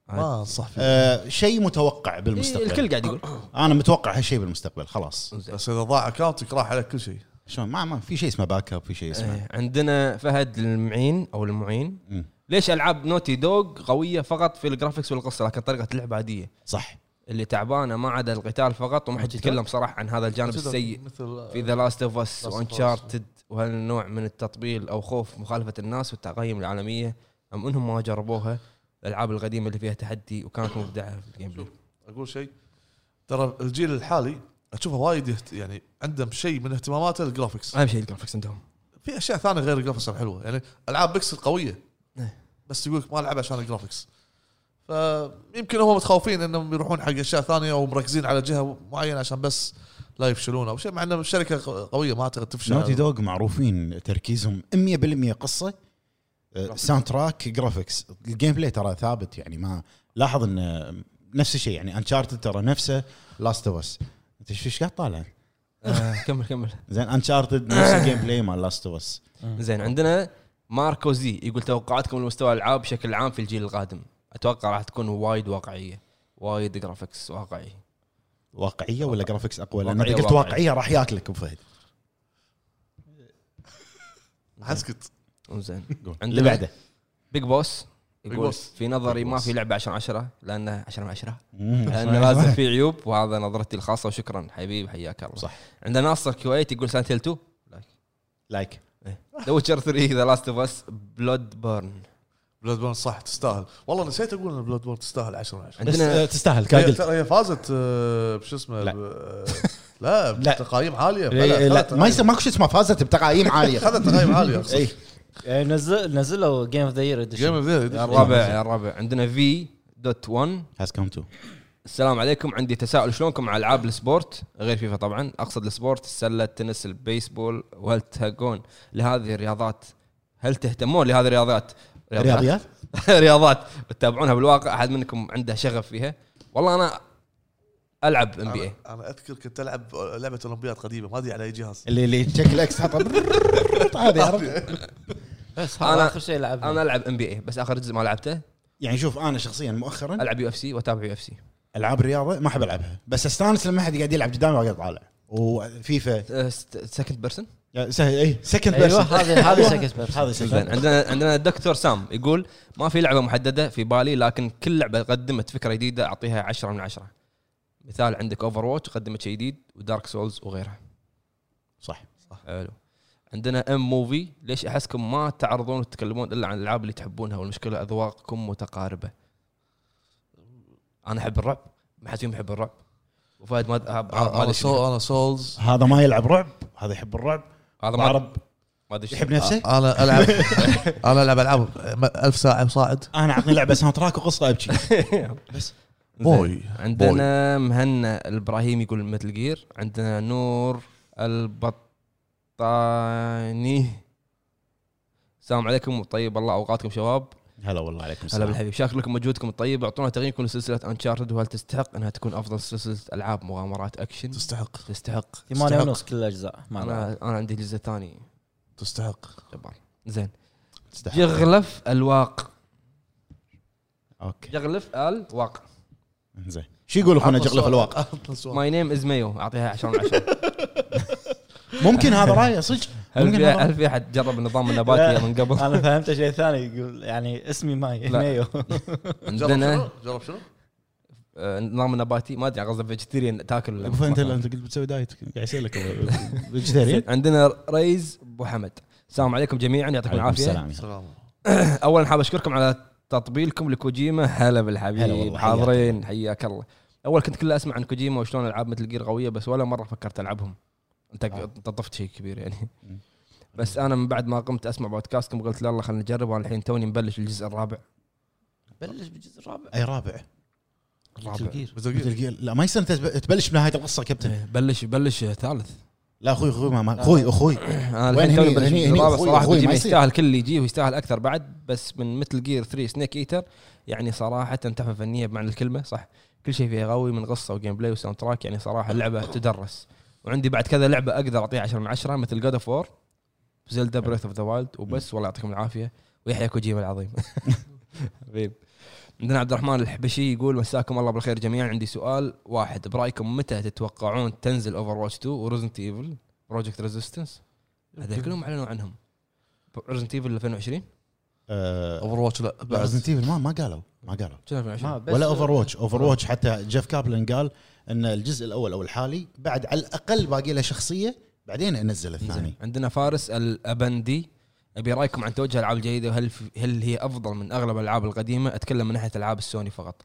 [SPEAKER 2] ما انصح فيه
[SPEAKER 3] آه، شيء متوقع بالمستقبل
[SPEAKER 1] إيه، الكل قاعد يقول
[SPEAKER 3] انا متوقع هالشيء بالمستقبل خلاص
[SPEAKER 2] بس اذا ضاع اكونتك راح عليك كل شيء
[SPEAKER 3] شلون ما ما في شيء اسمه باك اب في شيء اسمه
[SPEAKER 1] إيه، عندنا فهد المعين او المعين
[SPEAKER 3] مم.
[SPEAKER 1] ليش العاب نوتي دوغ قويه فقط في الجرافكس والقصه لكن طريقه اللعب عاديه
[SPEAKER 3] صح
[SPEAKER 1] اللي تعبانه ما عدا القتال فقط وما حد يتكلم صراحه عن هذا الجانب السيء
[SPEAKER 2] مثل آه.
[SPEAKER 1] في ذا لاست اوف اس
[SPEAKER 2] Last of Us.
[SPEAKER 1] وانشارتد وهالنوع من التطبيل او خوف مخالفه الناس والتقييم العالميه ام انهم ما جربوها الالعاب القديمه اللي فيها تحدي وكانت مبدعه في الجيم بلاي
[SPEAKER 2] اقول شيء ترى الجيل الحالي اشوفه وايد يهت- يعني عندهم شيء من اهتماماته الجرافكس
[SPEAKER 1] اهم شيء الجرافكس عندهم
[SPEAKER 2] في اشياء ثانيه غير الجرافكس الحلوه يعني العاب بيكسل قويه
[SPEAKER 1] إيه.
[SPEAKER 2] بس يقول لك ما العب عشان الجرافكس فيمكن هم متخوفين انهم يروحون حق اشياء ثانيه ومركزين على جهه معينه عشان بس لا يفشلون او شيء مع انه شركه قو- قويه ما اعتقد تفشل
[SPEAKER 3] نوتي دوغ معروفين تركيزهم 100% قصه آه، ساوند تراك جرافيكس الجيم بلاي ترى ثابت يعني ما لاحظ ان آه، نفس الشيء يعني انشارتد ترى نفسه لاست اوف اس انت ايش ايش قاعد طالع؟
[SPEAKER 1] آه، كمل كمل
[SPEAKER 3] زين انشارتد نفس الجيم بلاي مال لاست اوف اس
[SPEAKER 1] زين عندنا ماركو زي يقول توقعاتكم لمستوى الالعاب بشكل عام في الجيل القادم اتوقع راح تكون وايد واقعيه وايد جرافكس واقعي
[SPEAKER 3] واقعيه ولا جرافيكس اقوى؟ لان
[SPEAKER 1] واقعية،
[SPEAKER 3] إذا قلت
[SPEAKER 1] واقعية.
[SPEAKER 3] واقعيه راح ياكلك ابو فهد
[SPEAKER 2] حسكت
[SPEAKER 1] زين
[SPEAKER 3] اللي بعده
[SPEAKER 1] بيج بوس يقول
[SPEAKER 2] بوس.
[SPEAKER 1] في نظري
[SPEAKER 3] بيج
[SPEAKER 1] ما
[SPEAKER 3] بوس.
[SPEAKER 1] في لعبه 10 10 لانه 10 من 10
[SPEAKER 3] مم.
[SPEAKER 1] لانه لازم في عيوب وهذا نظرتي الخاصه وشكرا حبيبي حياك الله
[SPEAKER 3] صح.
[SPEAKER 1] عندنا ناصر كويت يقول سانت هيل 2
[SPEAKER 3] لايك
[SPEAKER 1] ذا ويتشر 3 ذا لاست اوف اس بلود بيرن
[SPEAKER 2] بلاد بورن صح تستاهل والله نسيت اقول ان بلاد بورن تستاهل 10 من 10
[SPEAKER 3] بس
[SPEAKER 1] عندنا-
[SPEAKER 3] آه، تستاهل
[SPEAKER 2] هي
[SPEAKER 3] كاقل
[SPEAKER 2] ترى هي فازت آه، بشو اسمه
[SPEAKER 3] لا.
[SPEAKER 2] ب- لا
[SPEAKER 3] لا. إيه،
[SPEAKER 2] بتقايم عاليه
[SPEAKER 3] لا
[SPEAKER 2] خذت
[SPEAKER 3] لا، ما
[SPEAKER 2] تقايم-
[SPEAKER 3] يصير ماكو شيء اسمه فازت بتقايم إيه. عاليه
[SPEAKER 2] خذت تقايم عاليه أقصد.
[SPEAKER 3] اي
[SPEAKER 4] إيه، نزل نزلوا جيم اوف ذا يير
[SPEAKER 2] Game of the Year.
[SPEAKER 1] الرابع الرابع عندنا في دوت 1
[SPEAKER 3] هاز كم تو
[SPEAKER 1] السلام عليكم عندي تساؤل شلونكم مع العاب السبورت غير فيفا طبعا اقصد السبورت السله التنس البيسبول وهل تهقون لهذه الرياضات هل تهتمون لهذه الرياضات
[SPEAKER 3] رياضيات
[SPEAKER 1] رياضات تتابعونها بالواقع احد منكم عنده شغف فيها والله انا العب ام بي اي
[SPEAKER 2] أنا- انا اذكر كنت العب لعبه اولمبياد قديمه ما ادري على اي جهاز
[SPEAKER 3] اللي اللي تشكل اكس حطه برررررررررررررر هذه عرفت؟
[SPEAKER 4] بس
[SPEAKER 1] أنا-
[SPEAKER 4] هذا اخر شيء لعبنا
[SPEAKER 1] انا العب ام بي اي بس اخر جزء ما لعبته
[SPEAKER 3] يعني شوف انا شخصيا مؤخرا
[SPEAKER 1] العب يو اف سي واتابع يو اف سي
[SPEAKER 3] العاب الرياضه ما احب العبها بس استانس لما احد قاعد يلعب قدامي واقعد اطالع وفيفا
[SPEAKER 1] أه، سكند بيرسون
[SPEAKER 3] يا سهل اي سكند
[SPEAKER 4] ايوه
[SPEAKER 3] بيرسون
[SPEAKER 4] هذه هذه سكت بس
[SPEAKER 3] هذا
[SPEAKER 1] زين
[SPEAKER 3] سكند
[SPEAKER 1] عندنا عندنا الدكتور سام يقول ما في لعبه محدده في بالي لكن كل لعبه قدمت فكره جديده اعطيها 10 من 10 مثال عندك اوفر واتش قدمت شيء جديد ودارك سولز وغيرها
[SPEAKER 3] صح
[SPEAKER 1] حلو عندنا ام موفي ليش احسكم ما تعرضون وتتكلمون الا عن الالعاب اللي تحبونها والمشكله اذواقكم متقاربه انا احب الرعب ما حد فيهم يحب الرعب وفهد ما ما
[SPEAKER 2] انا
[SPEAKER 1] أدري
[SPEAKER 3] أه،
[SPEAKER 1] شنو
[SPEAKER 2] آه، سو انا سولز
[SPEAKER 3] هذا ما يلعب رعب هذا يحب الرعب
[SPEAKER 1] يحب. هذا ما ما
[SPEAKER 3] العرب
[SPEAKER 1] ادري شنو.
[SPEAKER 3] أه، يحب نفسه
[SPEAKER 2] انا العب انا العب العاب ألف ساعه مصاعد
[SPEAKER 3] انا اعطني لعبه ساوند تراك وقصه ابكي
[SPEAKER 2] بوي
[SPEAKER 1] عندنا مهنا الابراهيم يقول مثل جير عندنا نور البطاني السلام عليكم وطيب الله اوقاتكم شباب
[SPEAKER 3] هلا والله عليكم
[SPEAKER 1] هلا
[SPEAKER 3] السلام
[SPEAKER 1] بالحبيب شاكر لكم مجهودكم الطيب اعطونا تقييمكم لسلسله انشارتد وهل تستحق انها تكون افضل سلسله العاب مغامرات اكشن
[SPEAKER 2] تستحق
[SPEAKER 1] تستحق
[SPEAKER 4] ثمانية
[SPEAKER 1] تستحق.
[SPEAKER 4] ونص كل الاجزاء ما أدري.
[SPEAKER 1] انا انا عندي الجزء الثاني
[SPEAKER 2] تستحق
[SPEAKER 1] جبار زين
[SPEAKER 3] تستحق.
[SPEAKER 1] يغلف الواق
[SPEAKER 3] اوكي
[SPEAKER 1] يغلف الواق
[SPEAKER 3] زين شو يقول اخونا
[SPEAKER 2] عطنا
[SPEAKER 3] جغلف
[SPEAKER 2] سؤال.
[SPEAKER 3] الواقع
[SPEAKER 2] عطنا سؤال.
[SPEAKER 1] ماي نيم از مايو اعطيها 10 من 10
[SPEAKER 3] ممكن هذا رايه صدق
[SPEAKER 1] هل
[SPEAKER 3] ممكن
[SPEAKER 1] في
[SPEAKER 3] هذا
[SPEAKER 1] هل في احد جرب النظام النباتي من قبل؟
[SPEAKER 4] انا فهمت شيء ثاني يقول يعني اسمي ماي
[SPEAKER 1] لا.
[SPEAKER 4] مايو
[SPEAKER 2] جرب
[SPEAKER 1] عندنا
[SPEAKER 2] شنو؟ جرب شنو؟
[SPEAKER 1] آه، نظام نباتي ما ادري قصده فيجيتيريان تاكل ولا
[SPEAKER 3] أبو فهد،
[SPEAKER 1] ما.
[SPEAKER 3] انت انت قلت بتسوي دايت قاعد اسالك فيجيتيريان
[SPEAKER 1] عندنا ريز ابو حمد السلام عليكم جميعا يعطيكم العافيه
[SPEAKER 2] سلام
[SPEAKER 1] اولا حاب اشكركم على تطبيلكم لكوجيما هلا
[SPEAKER 3] هلا
[SPEAKER 1] بالحبيب
[SPEAKER 3] والله،
[SPEAKER 1] حاضرين حياك الله اول كنت كله اسمع عن كوجيما وشلون العاب مثل جير قويه بس ولا مره فكرت العبهم انت
[SPEAKER 3] آه.
[SPEAKER 1] انت طفت شيء كبير يعني
[SPEAKER 3] مم.
[SPEAKER 1] بس انا من بعد ما قمت اسمع بودكاستكم قلت لا الله خلينا نجرب وانا الحين توني مبلش الجزء الرابع
[SPEAKER 4] بلش بالجزء الرابع
[SPEAKER 3] اي رابع
[SPEAKER 1] الرابع
[SPEAKER 2] بزقير.
[SPEAKER 3] مثل جير- لا ما يصير أنت تب- تبلش بنهايه القصه كابتن
[SPEAKER 1] إيه، بلش بلش ثالث
[SPEAKER 3] لا اخوي اخوي ما- ما اخوي اخوي
[SPEAKER 1] انا
[SPEAKER 3] وين
[SPEAKER 1] آه، الحين
[SPEAKER 3] هني-
[SPEAKER 1] توني بلش
[SPEAKER 3] هني- هني
[SPEAKER 1] بالرابع
[SPEAKER 3] أخوي-
[SPEAKER 1] صراحه
[SPEAKER 3] أخوي ما
[SPEAKER 1] كوجيما
[SPEAKER 3] يصير.
[SPEAKER 1] يستاهل كل اللي يجيه ويستاهل اكثر بعد بس من مثل جير 3 سنيك ايتر يعني صراحه تحفه فنيه بمعنى الكلمه صح كل شيء فيها قوي من قصه وجيم بلاي وساوند تراك يعني صراحه اللعبه تدرس وعندي بعد كذا لعبه اقدر اعطيها 10 من 10 مثل جود اوف وور زلدا بريث اوف ذا وايلد وبس والله يعطيكم العافيه ويحيى كوجيما العظيم حبيب عندنا عبد الرحمن الحبشي يقول مساكم الله بالخير جميعا عندي سؤال واحد برايكم متى تتوقعون تنزل اوفر واتش 2 ورزنت ايفل بروجكت ريزيستنس هذول كلهم اعلنوا عنهم ريزنت ايفل 2020
[SPEAKER 2] اوفر واتش لا بعد
[SPEAKER 3] ريزنت ايفل آه، ما ما قالوا ما قالوا
[SPEAKER 1] شنو 2020
[SPEAKER 4] بس-
[SPEAKER 3] ولا اوفر واتش اوفر واتش حتى جيف كابلن قال ان الجزء الاول او الحالي بعد على الاقل باقي له شخصيه بعدين انزل الثاني
[SPEAKER 1] زين. عندنا فارس الابندي ابي رايكم عن توجه الالعاب الجديده وهل في- هل هي افضل من اغلب الالعاب القديمه اتكلم من ناحيه العاب السوني فقط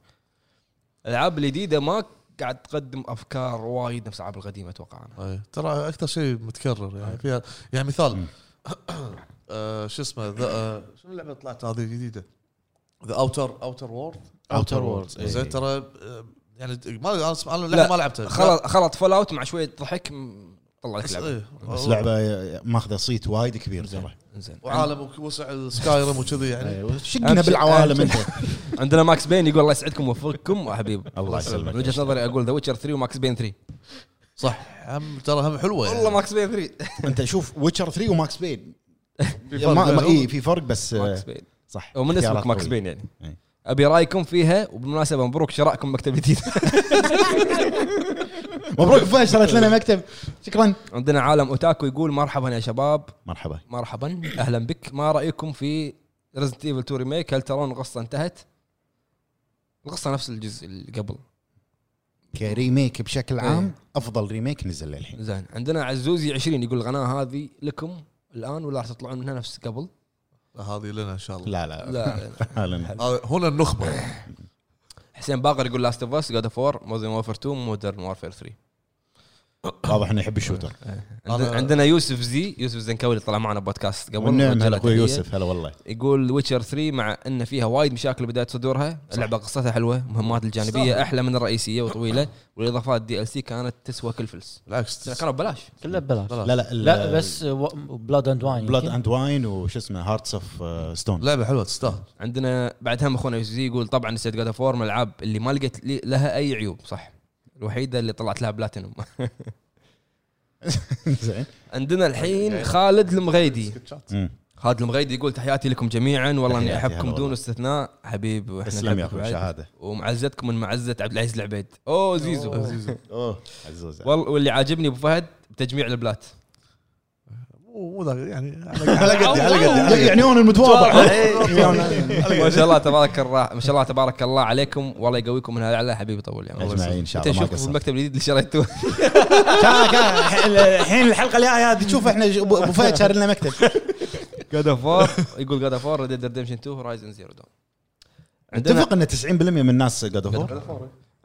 [SPEAKER 1] الالعاب الجديده ما قاعد تقدم افكار وايد نفس الالعاب القديمه اتوقع انا
[SPEAKER 2] أي. إيه. ترى اكثر شيء متكرر يعني فيها يعني
[SPEAKER 3] مم.
[SPEAKER 2] مثال آه، شو اسمه ذا آه، شنو اللعبه اللي طلعت هذه الجديده؟ ذا اوتر اوتر وورد
[SPEAKER 3] اوتر وورلد
[SPEAKER 2] زين ترى آه، يعني ما انا اسمع انا
[SPEAKER 1] لا،
[SPEAKER 2] للحين ما لعبتها
[SPEAKER 1] خلط خلط فول اوت مع شويه ضحك م- طلع لك
[SPEAKER 2] بس,
[SPEAKER 1] لعبه
[SPEAKER 2] إيه.
[SPEAKER 3] بس لعبه ماخذه صيت وايد كبير ترى
[SPEAKER 1] زين
[SPEAKER 2] وعالم وسع السكايرم وكذي يعني
[SPEAKER 3] أيوة، شقنا بالعوالم انت
[SPEAKER 1] عندنا ماكس بين يقول الله يسعدكم ويوفقكم حبيب
[SPEAKER 3] الله يسلمك. إيه.
[SPEAKER 1] من وجهه نظري اقول ذا ويتشر 3 وماكس بين 3
[SPEAKER 2] صح هم ترى هم حلوه يعني.
[SPEAKER 1] والله ماكس بين 3
[SPEAKER 3] انت شوف ويتشر 3 وماكس بين
[SPEAKER 2] فرق
[SPEAKER 3] ما ما
[SPEAKER 2] بينهم.
[SPEAKER 3] اي في فرق بس آه،
[SPEAKER 1] ماكس بين
[SPEAKER 3] صح
[SPEAKER 1] ومن
[SPEAKER 3] اختيارات
[SPEAKER 1] اسمك ماكس
[SPEAKER 3] قوية.
[SPEAKER 1] بين يعني
[SPEAKER 3] إي.
[SPEAKER 1] ابي رايكم فيها وبالمناسبه مبروك شرائكم مكتب جديد
[SPEAKER 3] مبروك فهد شريت لنا مكتب شكرا
[SPEAKER 1] عندنا عالم اوتاكو يقول مرحبا يا شباب
[SPEAKER 3] مرحبا
[SPEAKER 1] مرحبا اهلا بك ما رايكم في ريزنت ايفل 2 ريميك هل ترون القصه انتهت؟ القصه نفس الجزء اللي قبل
[SPEAKER 3] كريميك بشكل
[SPEAKER 1] إيه.
[SPEAKER 3] عام افضل ريميك نزل للحين
[SPEAKER 1] زين عندنا عزوزي 20 يقول القناه هذه لكم الان ولا راح تطلعون منها نفس قبل؟
[SPEAKER 2] هذه لنا ان شاء الله
[SPEAKER 3] لا لا
[SPEAKER 1] لا
[SPEAKER 3] لا
[SPEAKER 2] هذا- هنا يعني، النخبه
[SPEAKER 1] حسين باقر يقول لاست اوف اس جاد اوف وور مودرن وورفير 2 مودرن وورفير 3
[SPEAKER 3] واضح انه يحب الشوتر
[SPEAKER 1] عندنا-
[SPEAKER 2] أنا-
[SPEAKER 1] عندنا يوسف زي يوسف زنكاوي اللي طلع معنا بودكاست قبل
[SPEAKER 3] والنعم
[SPEAKER 1] نوجه
[SPEAKER 3] هلا
[SPEAKER 1] له
[SPEAKER 3] اخوي
[SPEAKER 1] تحية.
[SPEAKER 3] يوسف هلا والله
[SPEAKER 1] يقول ويتشر 3 مع ان فيها وايد مشاكل بدايه صدورها اللعبه قصتها حلوه مهمات الجانبيه احلى من الرئيسيه وطويله والاضافات دي ال سي كانت تسوى كل فلوس
[SPEAKER 2] بالعكس
[SPEAKER 1] كانوا ببلاش
[SPEAKER 4] كله ببلاش
[SPEAKER 2] لا
[SPEAKER 3] لا لا ال-
[SPEAKER 4] آه. لا بس بلاد اند واين
[SPEAKER 3] بلاد اند واين وش اسمه آه، هارتس اوف ستون
[SPEAKER 2] لعبه حلوه تستاهل
[SPEAKER 1] عندنا بعد هم اخونا يوسف زي يقول طبعا ست جاد فور من الالعاب اللي ما لقيت لي- لها اي عيوب صح الوحيده اللي طلعت لها بلاتينوم
[SPEAKER 3] زين
[SPEAKER 1] عندنا
[SPEAKER 3] يعني-
[SPEAKER 1] الحين خالد المغيدي
[SPEAKER 3] مم.
[SPEAKER 1] خالد المغيدي يقول تحياتي لكم جميعا والله اني
[SPEAKER 3] تحياتي، هلا
[SPEAKER 1] احبكم دون
[SPEAKER 3] والله.
[SPEAKER 1] استثناء حبيب واحنا
[SPEAKER 3] تسلم يا
[SPEAKER 1] نحبك
[SPEAKER 3] اخوي
[SPEAKER 1] بعد.
[SPEAKER 3] شهاده
[SPEAKER 1] ومعزتكم من معزه عبد العزيز العبيد اوه زيزو
[SPEAKER 3] اوه عزوز
[SPEAKER 1] وال- واللي عاجبني ابو فهد بتجميع البلات
[SPEAKER 2] مو مو ذاك يعني
[SPEAKER 3] على قدي على قدي على قدي يعني انا المتواضع أيوة.
[SPEAKER 1] ما شاء الله تبارك الله ما شاء الله تبارك الله عليكم والله يقويكم من هالعلى حبيبي طول العمر
[SPEAKER 3] اجمعين ان شاء
[SPEAKER 1] انت
[SPEAKER 3] الله ما
[SPEAKER 1] شوف في
[SPEAKER 3] قصرت
[SPEAKER 1] المكتب الجديد اللي شريته
[SPEAKER 3] كان- كان- الحين الحلقه الجايه هذه تشوف احنا ابو أبو فهد شاري لنا مكتب
[SPEAKER 1] جاد اوف يقول جاد اوف وور ريد ريدمشن 2 هورايزن زيرو دون عندنا
[SPEAKER 3] اتفق ان 90% من الناس قاعد اوف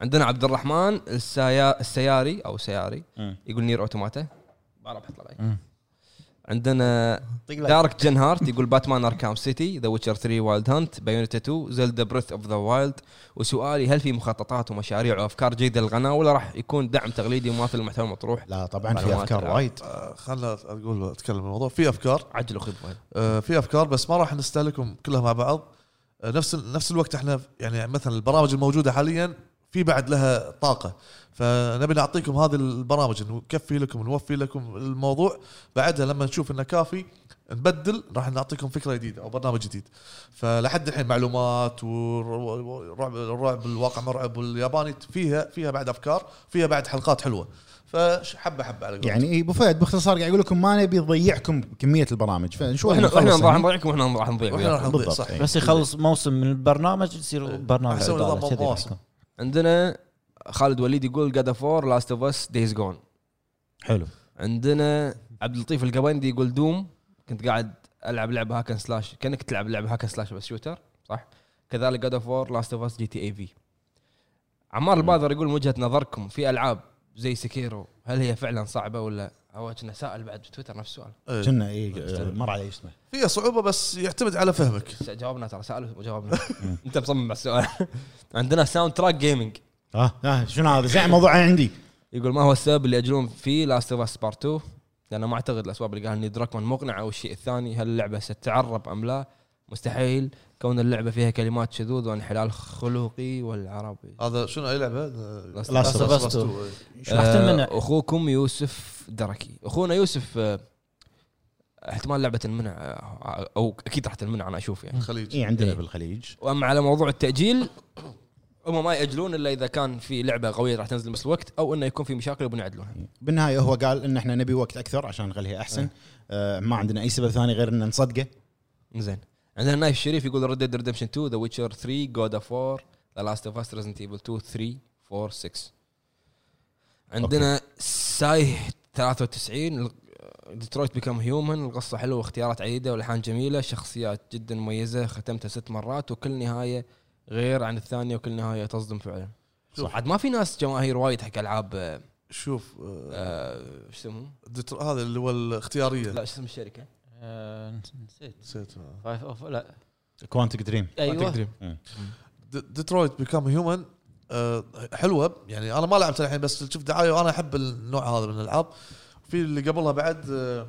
[SPEAKER 1] عندنا عبد الرحمن السيا... السياري او سياري
[SPEAKER 3] مم.
[SPEAKER 1] يقول نير اوتوماتا بعرف احط له
[SPEAKER 3] مم.
[SPEAKER 1] لايك. عندنا دارك جن هارت يقول باتمان اركام سيتي ذا ويتشر 3 وايلد هانت بايونيتا 2 زلدا بريث اوف ذا وايلد وسؤالي هل في مخططات ومشاريع وافكار جيده للقناه ولا راح يكون دعم تقليدي ومماثل المحتوى المطروح؟
[SPEAKER 3] لا طبعا في
[SPEAKER 1] معلومات
[SPEAKER 3] افكار
[SPEAKER 1] العاب.
[SPEAKER 3] وايد
[SPEAKER 2] آه، خلنا اقول اتكلم الموضوع في افكار
[SPEAKER 1] عجل اخوي فهد.
[SPEAKER 2] آه، في افكار بس ما راح نستهلكهم كلها مع بعض آه، نفس نفس الوقت احنا يعني مثلا البرامج الموجوده حاليا في بعد لها طاقه فنبي نعطيكم هذه البرامج نكفي لكم نوفي لكم الموضوع بعدها لما نشوف انه كافي نبدل راح نعطيكم فكره جديده او برنامج جديد فلحد الحين معلومات ورعب الرعب الواقع مرعب والياباني فيها فيها بعد افكار فيها بعد حلقات حلوه فحبه حبه على قولتهم.
[SPEAKER 3] يعني إيه، ابو فهد باختصار قاعد يقول لكم ما نبي نضيعكم كميه البرامج فنشوف
[SPEAKER 1] واحنا
[SPEAKER 3] نخلص
[SPEAKER 1] احنا راح
[SPEAKER 3] يعني.
[SPEAKER 1] نضيعكم واحنا راح نضيع
[SPEAKER 2] واحنا
[SPEAKER 1] وياكم.
[SPEAKER 2] راح نضيع
[SPEAKER 3] بالضبط
[SPEAKER 2] صح
[SPEAKER 3] إيه.
[SPEAKER 4] بس يخلص موسم من البرنامج يصير برنامج
[SPEAKER 2] أحسن
[SPEAKER 4] عدالة،
[SPEAKER 2] نظام
[SPEAKER 4] كذي
[SPEAKER 2] مواسم.
[SPEAKER 4] يكون.
[SPEAKER 1] عندنا خالد وليد يقول جاد اوف وور لاست اوف اس دايز جون
[SPEAKER 3] حلو
[SPEAKER 1] عندنا عبد اللطيف القبندي يقول دوم كنت قاعد العب لعبه هاكن سلاش كانك تلعب لعبه هاكن سلاش بس شوتر صح كذلك جاد اوف وور لاست اوف اس جي تي اي في عمار البادر يقول من وجهه نظركم في العاب زي سكيرو هل هي فعلا صعبه ولا هو كنا سائل بعد بتويتر نفس السؤال
[SPEAKER 2] إيه.
[SPEAKER 3] كنا اي مر علي اسمه
[SPEAKER 2] فيها صعوبه بس يعتمد على فهمك
[SPEAKER 1] س- جاوبنا ترى سالوا وجاوبنا انت مصمم على السؤال عندنا ساوند تراك جيمنج
[SPEAKER 3] اه آه، شنو هذا زين موضوع عندي
[SPEAKER 1] يقول ما هو السبب اللي ياجلون فيه لاست اوف اس بارت 2 لانه ما اعتقد الاسباب اللي قالها نيد دراكمان مقنعه او الشيء الثاني هل اللعبه ستتعرب ام لا مستحيل كون اللعبه فيها كلمات شذوذ وانحلال خلقي والعربي
[SPEAKER 2] هذا شنو اي لعبه؟
[SPEAKER 1] Last
[SPEAKER 3] Last of
[SPEAKER 4] Us
[SPEAKER 2] Us
[SPEAKER 4] 2.
[SPEAKER 2] 2. إيه.
[SPEAKER 4] شو أحسن
[SPEAKER 1] آه،
[SPEAKER 4] منع؟
[SPEAKER 1] اخوكم يوسف دركي اخونا يوسف آه، احتمال لعبه تنمنع آه، او اكيد راح تنمنع انا اشوف يعني
[SPEAKER 2] الخليج
[SPEAKER 3] اي عندنا
[SPEAKER 1] إيه.
[SPEAKER 3] بالخليج
[SPEAKER 1] واما على موضوع التاجيل هم ما ياجلون الا اذا كان في لعبه قويه راح تنزل نفس الوقت او انه يكون في مشاكل يبون يعدلونها
[SPEAKER 3] بالنهايه هو قال ان احنا نبي وقت اكثر عشان نخليها احسن آه ما عندنا اي سبب ثاني غير ان نصدقه
[SPEAKER 1] زين عندنا نايف الشريف يقول ريد ديد ريدمشن 2 ذا ويتشر 3 جود اوف 4 ذا لاست اوف اس ريزنت ايفل 2 3 4 6 عندنا ساي 93 ديترويت بيكم هيومن القصه حلوه واختيارات عديده والحان جميله شخصيات جدا مميزه ختمتها ست مرات وكل نهايه غير عن الثانيه وكل نهايه تصدم فعلا
[SPEAKER 2] صح.
[SPEAKER 1] عاد ما في ناس جماهير وايد حق العاب آه،
[SPEAKER 2] شوف آه،
[SPEAKER 1] آه، شو اسمهم؟
[SPEAKER 2] ديتر- هذا اللي هو الاختياريه
[SPEAKER 1] لا شو اسم الشركه؟
[SPEAKER 4] آه، نسيت
[SPEAKER 2] نسيت آه.
[SPEAKER 4] فايف اوف لا
[SPEAKER 3] كوانتك دريم
[SPEAKER 4] ايوه
[SPEAKER 1] Quantic Dream.
[SPEAKER 2] د- ديترويت بيكام هيومن حلوه يعني انا ما لعبت الحين بس شفت دعايه وانا احب النوع هذا من الالعاب في اللي قبلها بعد آه،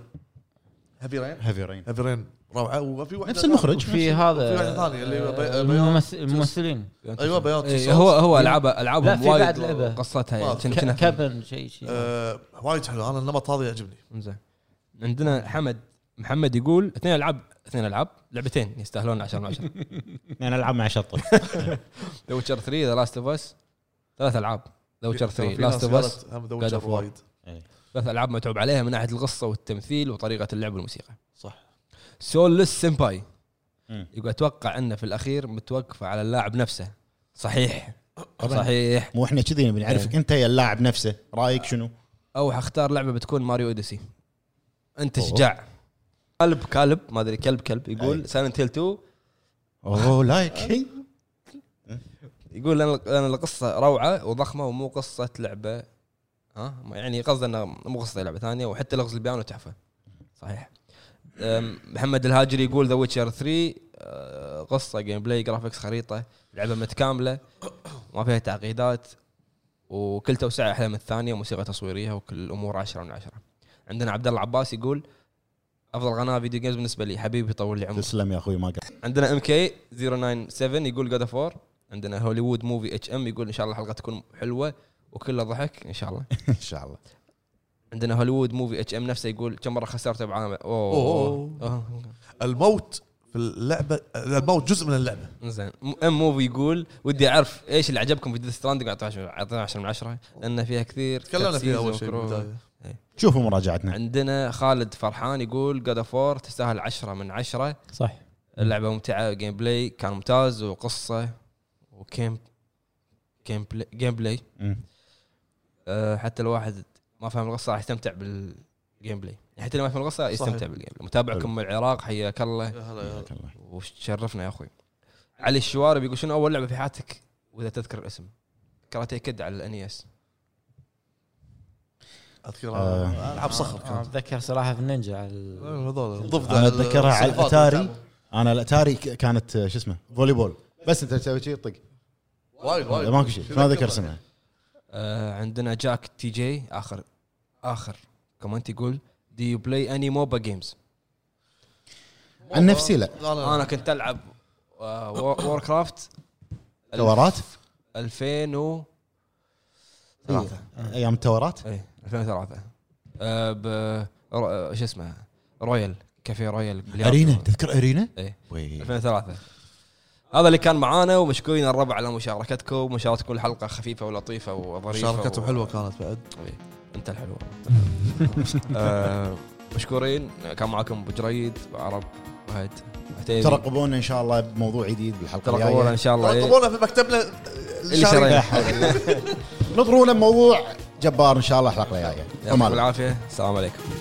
[SPEAKER 2] هافي رين
[SPEAKER 3] هيفي رين
[SPEAKER 2] هافي رين روعه وفي واحد
[SPEAKER 3] نفس المخرج
[SPEAKER 4] في
[SPEAKER 2] في واحد
[SPEAKER 4] هذا
[SPEAKER 2] ثاني اللي هو بي-
[SPEAKER 4] آه،
[SPEAKER 2] بيان-
[SPEAKER 4] الممثل- الممثلين
[SPEAKER 2] ايوه بيان
[SPEAKER 1] إيه،
[SPEAKER 2] تيسوس.
[SPEAKER 1] هو هو العابه العابهم
[SPEAKER 4] في بعد
[SPEAKER 1] وايد
[SPEAKER 4] لعبة.
[SPEAKER 1] قصتها يعني
[SPEAKER 2] آه،
[SPEAKER 1] كنا- كنا-
[SPEAKER 4] ك- كابن شيء شيء
[SPEAKER 2] آه، وايد حلو انا النمط هذا يعجبني
[SPEAKER 1] زين عندنا حمد محمد يقول اثنين العاب اثنين العاب لعبتين يستاهلون 10 من 10
[SPEAKER 3] انا العب يعني مع شطر
[SPEAKER 1] ذا ويتشر 3 ذا لاست اوف اس ثلاث العاب ذا ويتشر 3
[SPEAKER 2] في
[SPEAKER 1] لاست
[SPEAKER 2] ناس
[SPEAKER 1] اوف اس
[SPEAKER 2] قالت هم ذا
[SPEAKER 1] God of
[SPEAKER 2] ويتشر
[SPEAKER 1] War.
[SPEAKER 2] وايد
[SPEAKER 3] إيه.
[SPEAKER 1] ثلاث العاب متعوب عليها من ناحيه القصه والتمثيل وطريقه اللعب والموسيقى
[SPEAKER 2] صح
[SPEAKER 1] سولس سمباي
[SPEAKER 3] مم.
[SPEAKER 1] يقول اتوقع انه في الاخير متوقفه على اللاعب نفسه صحيح صحيح
[SPEAKER 3] مو احنا كذي نبي نعرفك انت يا اللاعب نفسه رايك شنو؟
[SPEAKER 1] او حختار لعبه بتكون ماريو اوديسي انت
[SPEAKER 3] أوه.
[SPEAKER 1] شجاع كلب كلب ما ادري كلب كلب يقول
[SPEAKER 3] أي.
[SPEAKER 1] سايلنت هيل 2
[SPEAKER 3] اوه لايك
[SPEAKER 1] يقول لان لأن القصه روعه وضخمه ومو قصه لعبه ها يعني قصده انه مو قصده لعبه ثانيه وحتى لغز البيانو تحفه صحيح أم، محمد الهاجري يقول ذا ويتشر 3 أه، قصه جيم بلاي جرافيكس خريطه لعبه متكامله ما فيها تعقيدات وكل توسعه احلى من الثانيه وموسيقى تصويريه وكل الامور 10 من 10 عندنا عبد الله العباس يقول افضل قناه فيديو جيمز بالنسبه لي حبيبي طول لي عمرك
[SPEAKER 3] تسلم يا اخوي ما قاعد
[SPEAKER 1] عندنا ام كي 097 يقول جود اوف وور عندنا هوليوود موفي اتش ام يقول ان شاء الله الحلقه تكون حلوه وكلها ضحك ان شاء الله
[SPEAKER 3] ان شاء الله
[SPEAKER 1] عندنا هوليوود موفي اتش ام نفسه يقول كم مره خسرت بعامل اوه,
[SPEAKER 2] أوه.
[SPEAKER 1] أوه.
[SPEAKER 2] الموت في اللعبه الموت جزء من اللعبه
[SPEAKER 1] زين ام موفي يقول ودي اعرف ايش اللي عجبكم في ديث ستراندنج اعطونا 10 من 10 لان فيها كثير
[SPEAKER 2] تكلمنا
[SPEAKER 1] تفسير
[SPEAKER 2] فيها اول شيء
[SPEAKER 1] وكروه.
[SPEAKER 2] بالبدايه
[SPEAKER 3] شوفوا مراجعتنا
[SPEAKER 1] عندنا خالد فرحان يقول جود اوف وور تستاهل 10 من 10
[SPEAKER 4] صح
[SPEAKER 2] أه،
[SPEAKER 1] اللعبه ممتعه جيم بلاي كان ممتاز وقصه وكيم جيم بلاي جيم بلاي
[SPEAKER 3] مم.
[SPEAKER 1] أه، حتى الواحد ما فاهم القصه راح يستمتع بالجيم بلاي حتى اللي ما فاهم القصه يستمتع
[SPEAKER 2] صحيح.
[SPEAKER 1] بالجيم بلاي متابعكم من العراق حياك الله
[SPEAKER 2] يا هلا يا هلا.
[SPEAKER 3] حياك الله.
[SPEAKER 1] وشرفنا يا اخوي علي الشوارب يقول شنو اول لعبه في حياتك واذا تذكر الاسم كراتيه كد على الانيس
[SPEAKER 2] اذكر
[SPEAKER 3] آه.
[SPEAKER 2] العاب صخر
[SPEAKER 4] انا
[SPEAKER 2] كانت
[SPEAKER 4] اتذكر صراحه في النينجا على
[SPEAKER 2] آه،
[SPEAKER 4] ال-
[SPEAKER 2] هذول الضفدع
[SPEAKER 3] أنا أتذكرها على
[SPEAKER 2] الصفات
[SPEAKER 3] الأتاري.
[SPEAKER 2] اللي تعمل.
[SPEAKER 3] انا الاتاري ك- كانت آه، شو اسمه فولي بول بس انت تسوي شيء طق
[SPEAKER 2] وايد وايد
[SPEAKER 3] إيه، ماكو شيء ما ذكر اسمها
[SPEAKER 1] آه عندنا جاك تي جي اخر اخر كومنت يقول Do you play any MOBA games؟
[SPEAKER 3] عن نفسي لا
[SPEAKER 2] لا لا
[SPEAKER 1] انا كنت آه، العب وور كرافت
[SPEAKER 3] دورات
[SPEAKER 1] 2003 أيوه.
[SPEAKER 3] ايام التورات
[SPEAKER 1] اي 2003 إيه، آه، ب رو- آه، شو اسمه رويال كافيه رويال باليابان.
[SPEAKER 3] ارينا تذكر ارينا؟
[SPEAKER 1] إيه.
[SPEAKER 3] وي.
[SPEAKER 1] 2003 هذا اللي كان معانا ومشكورين الربع على مشاركتكم وان شاء الله تكون الحلقه خفيفه ولطيفه وظريفه
[SPEAKER 2] مشاركتهم حلوه كانت بعد
[SPEAKER 1] إي، انت الحلوه إيه، آه، مشكورين كان معاكم ابو جريد وعرب وهد عتيبي.
[SPEAKER 3] ترقبونا ان شاء الله بموضوع جديد بالحلقه
[SPEAKER 1] ترقبونا ان
[SPEAKER 3] الجايه
[SPEAKER 1] شاء الله إيه. إي.
[SPEAKER 2] رقبونا في مكتبنا
[SPEAKER 1] اللي
[SPEAKER 2] الشهري.
[SPEAKER 1] شرينا
[SPEAKER 3] لا حول ولا قوة. نطرونا بموضوع جبار ان شاء الله الحلقه الجايه
[SPEAKER 1] يعطيكم العافيه السلام عليكم